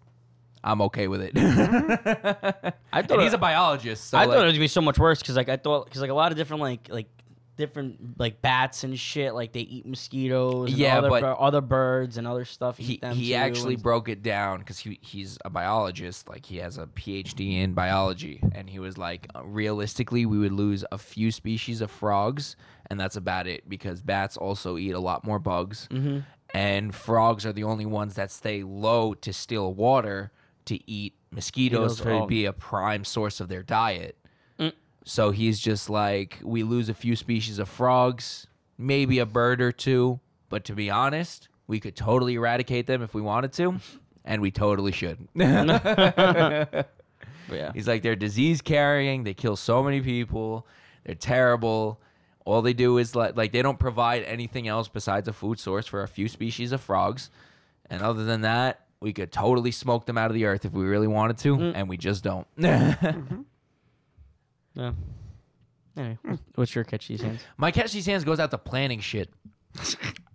I'm okay with it. <laughs> I
thought
thought he's
it-
a biologist. So
I
like-
thought it was gonna be so much worse because like I thought because like a lot of different like like different like bats and shit like they eat mosquitoes. And
Yeah,
other,
but-
bir- other birds and other stuff. Eat
he,
them
he
too,
actually
and-
broke it down because he, he's a biologist like he has a phd in biology and he was like uh, realistically we would lose a few species of frogs and that's about it because bats also eat a lot more bugs
Mm-hmm.
and frogs are the only ones that stay low to steal water to eat mosquitoes
Mosquitoes,
so it'd
oh.
be a prime source of their diet so he's just like, we lose a few species of frogs, maybe a bird or two, but to be honest, we could totally eradicate them if we wanted to, and we totally
<laughs>
should. <laughs>
yeah.
he's like, they're disease carrying, they kill so many people, they're terrible. All they do is like, like they don't provide anything else besides a food source for a few species of frogs, and other than that, we could totally smoke them out of the earth if we really wanted to, and we just don't.
Yeah. Anyway, what's your catch these hands?
My catch these hands goes out to planning shit.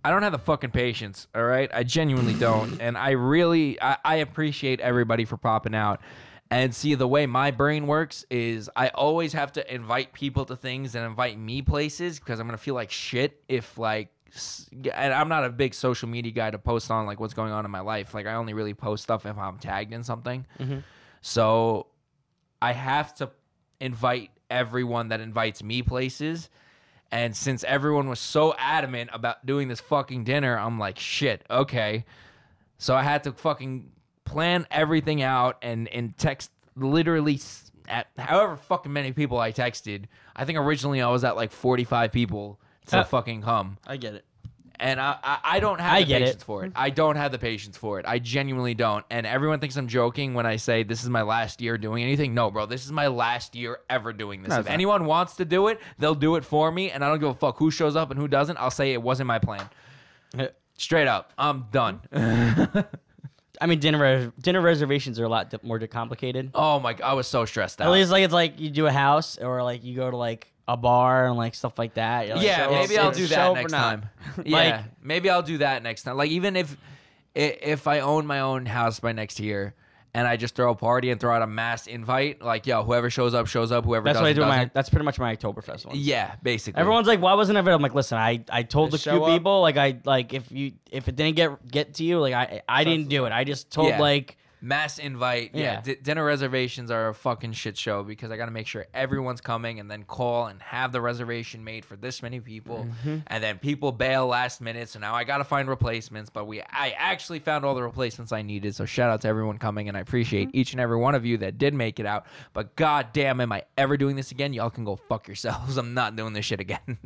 I don't have the fucking patience. All right, I genuinely don't, and I really I, I appreciate everybody for popping out. And see, the way my brain works is I always have to invite people to things and invite me places because I'm gonna feel like shit if like. s- And I'm not a big social media guy to post on like what's going on in my life. Like I only really post stuff if I'm tagged in something. So I have to invite everyone that invites me places. And since everyone was so adamant about doing this fucking dinner, I'm like, shit, okay. So I had to fucking plan everything out and and text literally s- at however fucking many people I texted. I think originally I was at like 45 people to
Uh,
fucking come
I get it.
and I, I, I don't have
I
the
get it.
patience for it. I don't have the patience for it. I genuinely don't. And everyone thinks I'm joking when I say this is my last year doing anything. No, bro, this is my last year ever doing this.
No,
if
it's not.
anyone wants to do it, they'll do it for me, and I don't give a fuck who shows up and who doesn't. I'll say it wasn't my plan. Straight up, I'm
<laughs>
done.
I mean, dinner res- dinner reservations are a lot di- more complicated.
oh my! g- I was so stressed out.
At least like it's like you do a house or like you go to like a bar and like stuff like that. You're like, "Oh,
yeah,
show up-
maybe I'll do
show
that
up
next
or not.
<laughs>
time. yeah, maybe I'll do that next time. Like even if i- if I own my own house by next year and I just throw a party and throw out a mass invite, like yo, whoever shows up shows up, whoever
That's what I
doesn't
do. My
doesn't.
that's pretty much my Oktoberfest one.
yeah, basically.
Everyone's like, why wasn't I available? I'm like, listen, I, I told
Just
a few
show up.
people, like I like if you if it didn't get get to you, like I I didn't do it. I just told
Yeah.
like
mass invite. Yeah,
Yeah.
D- dinner reservations are a fucking shit show because I got to make sure everyone's coming and then call and have the reservation made for this many people, and then people bail last minute, so now I got to find replacements. But we, I actually found all the replacements I needed. So shout out to everyone coming, and I appreciate each and every one of you that did make it out. But goddamn, am I ever doing this again? Y'all can go fuck yourselves. <laughs> I'm not doing this shit again.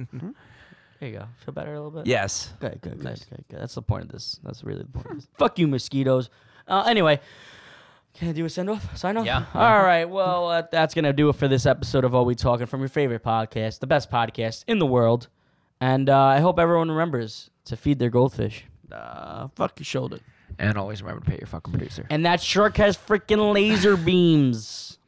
there you go. Feel better a little
<laughs>
bit.
yes.
Good, good, good, good, good. That's the point of this. That's really the point. Of this. <laughs> Fuck you, mosquitoes. Uh, anyway, can I do a send off? Sign off?
Yeah.
All right. Well, uh, that's going to do it for this episode of All We Talking from your favorite podcast, the best podcast in the world. And uh, I hope everyone remembers to feed their goldfish.
Uh, fuck your shoulder.
And always remember to pay your fucking producer.
And that shark has freaking laser beams.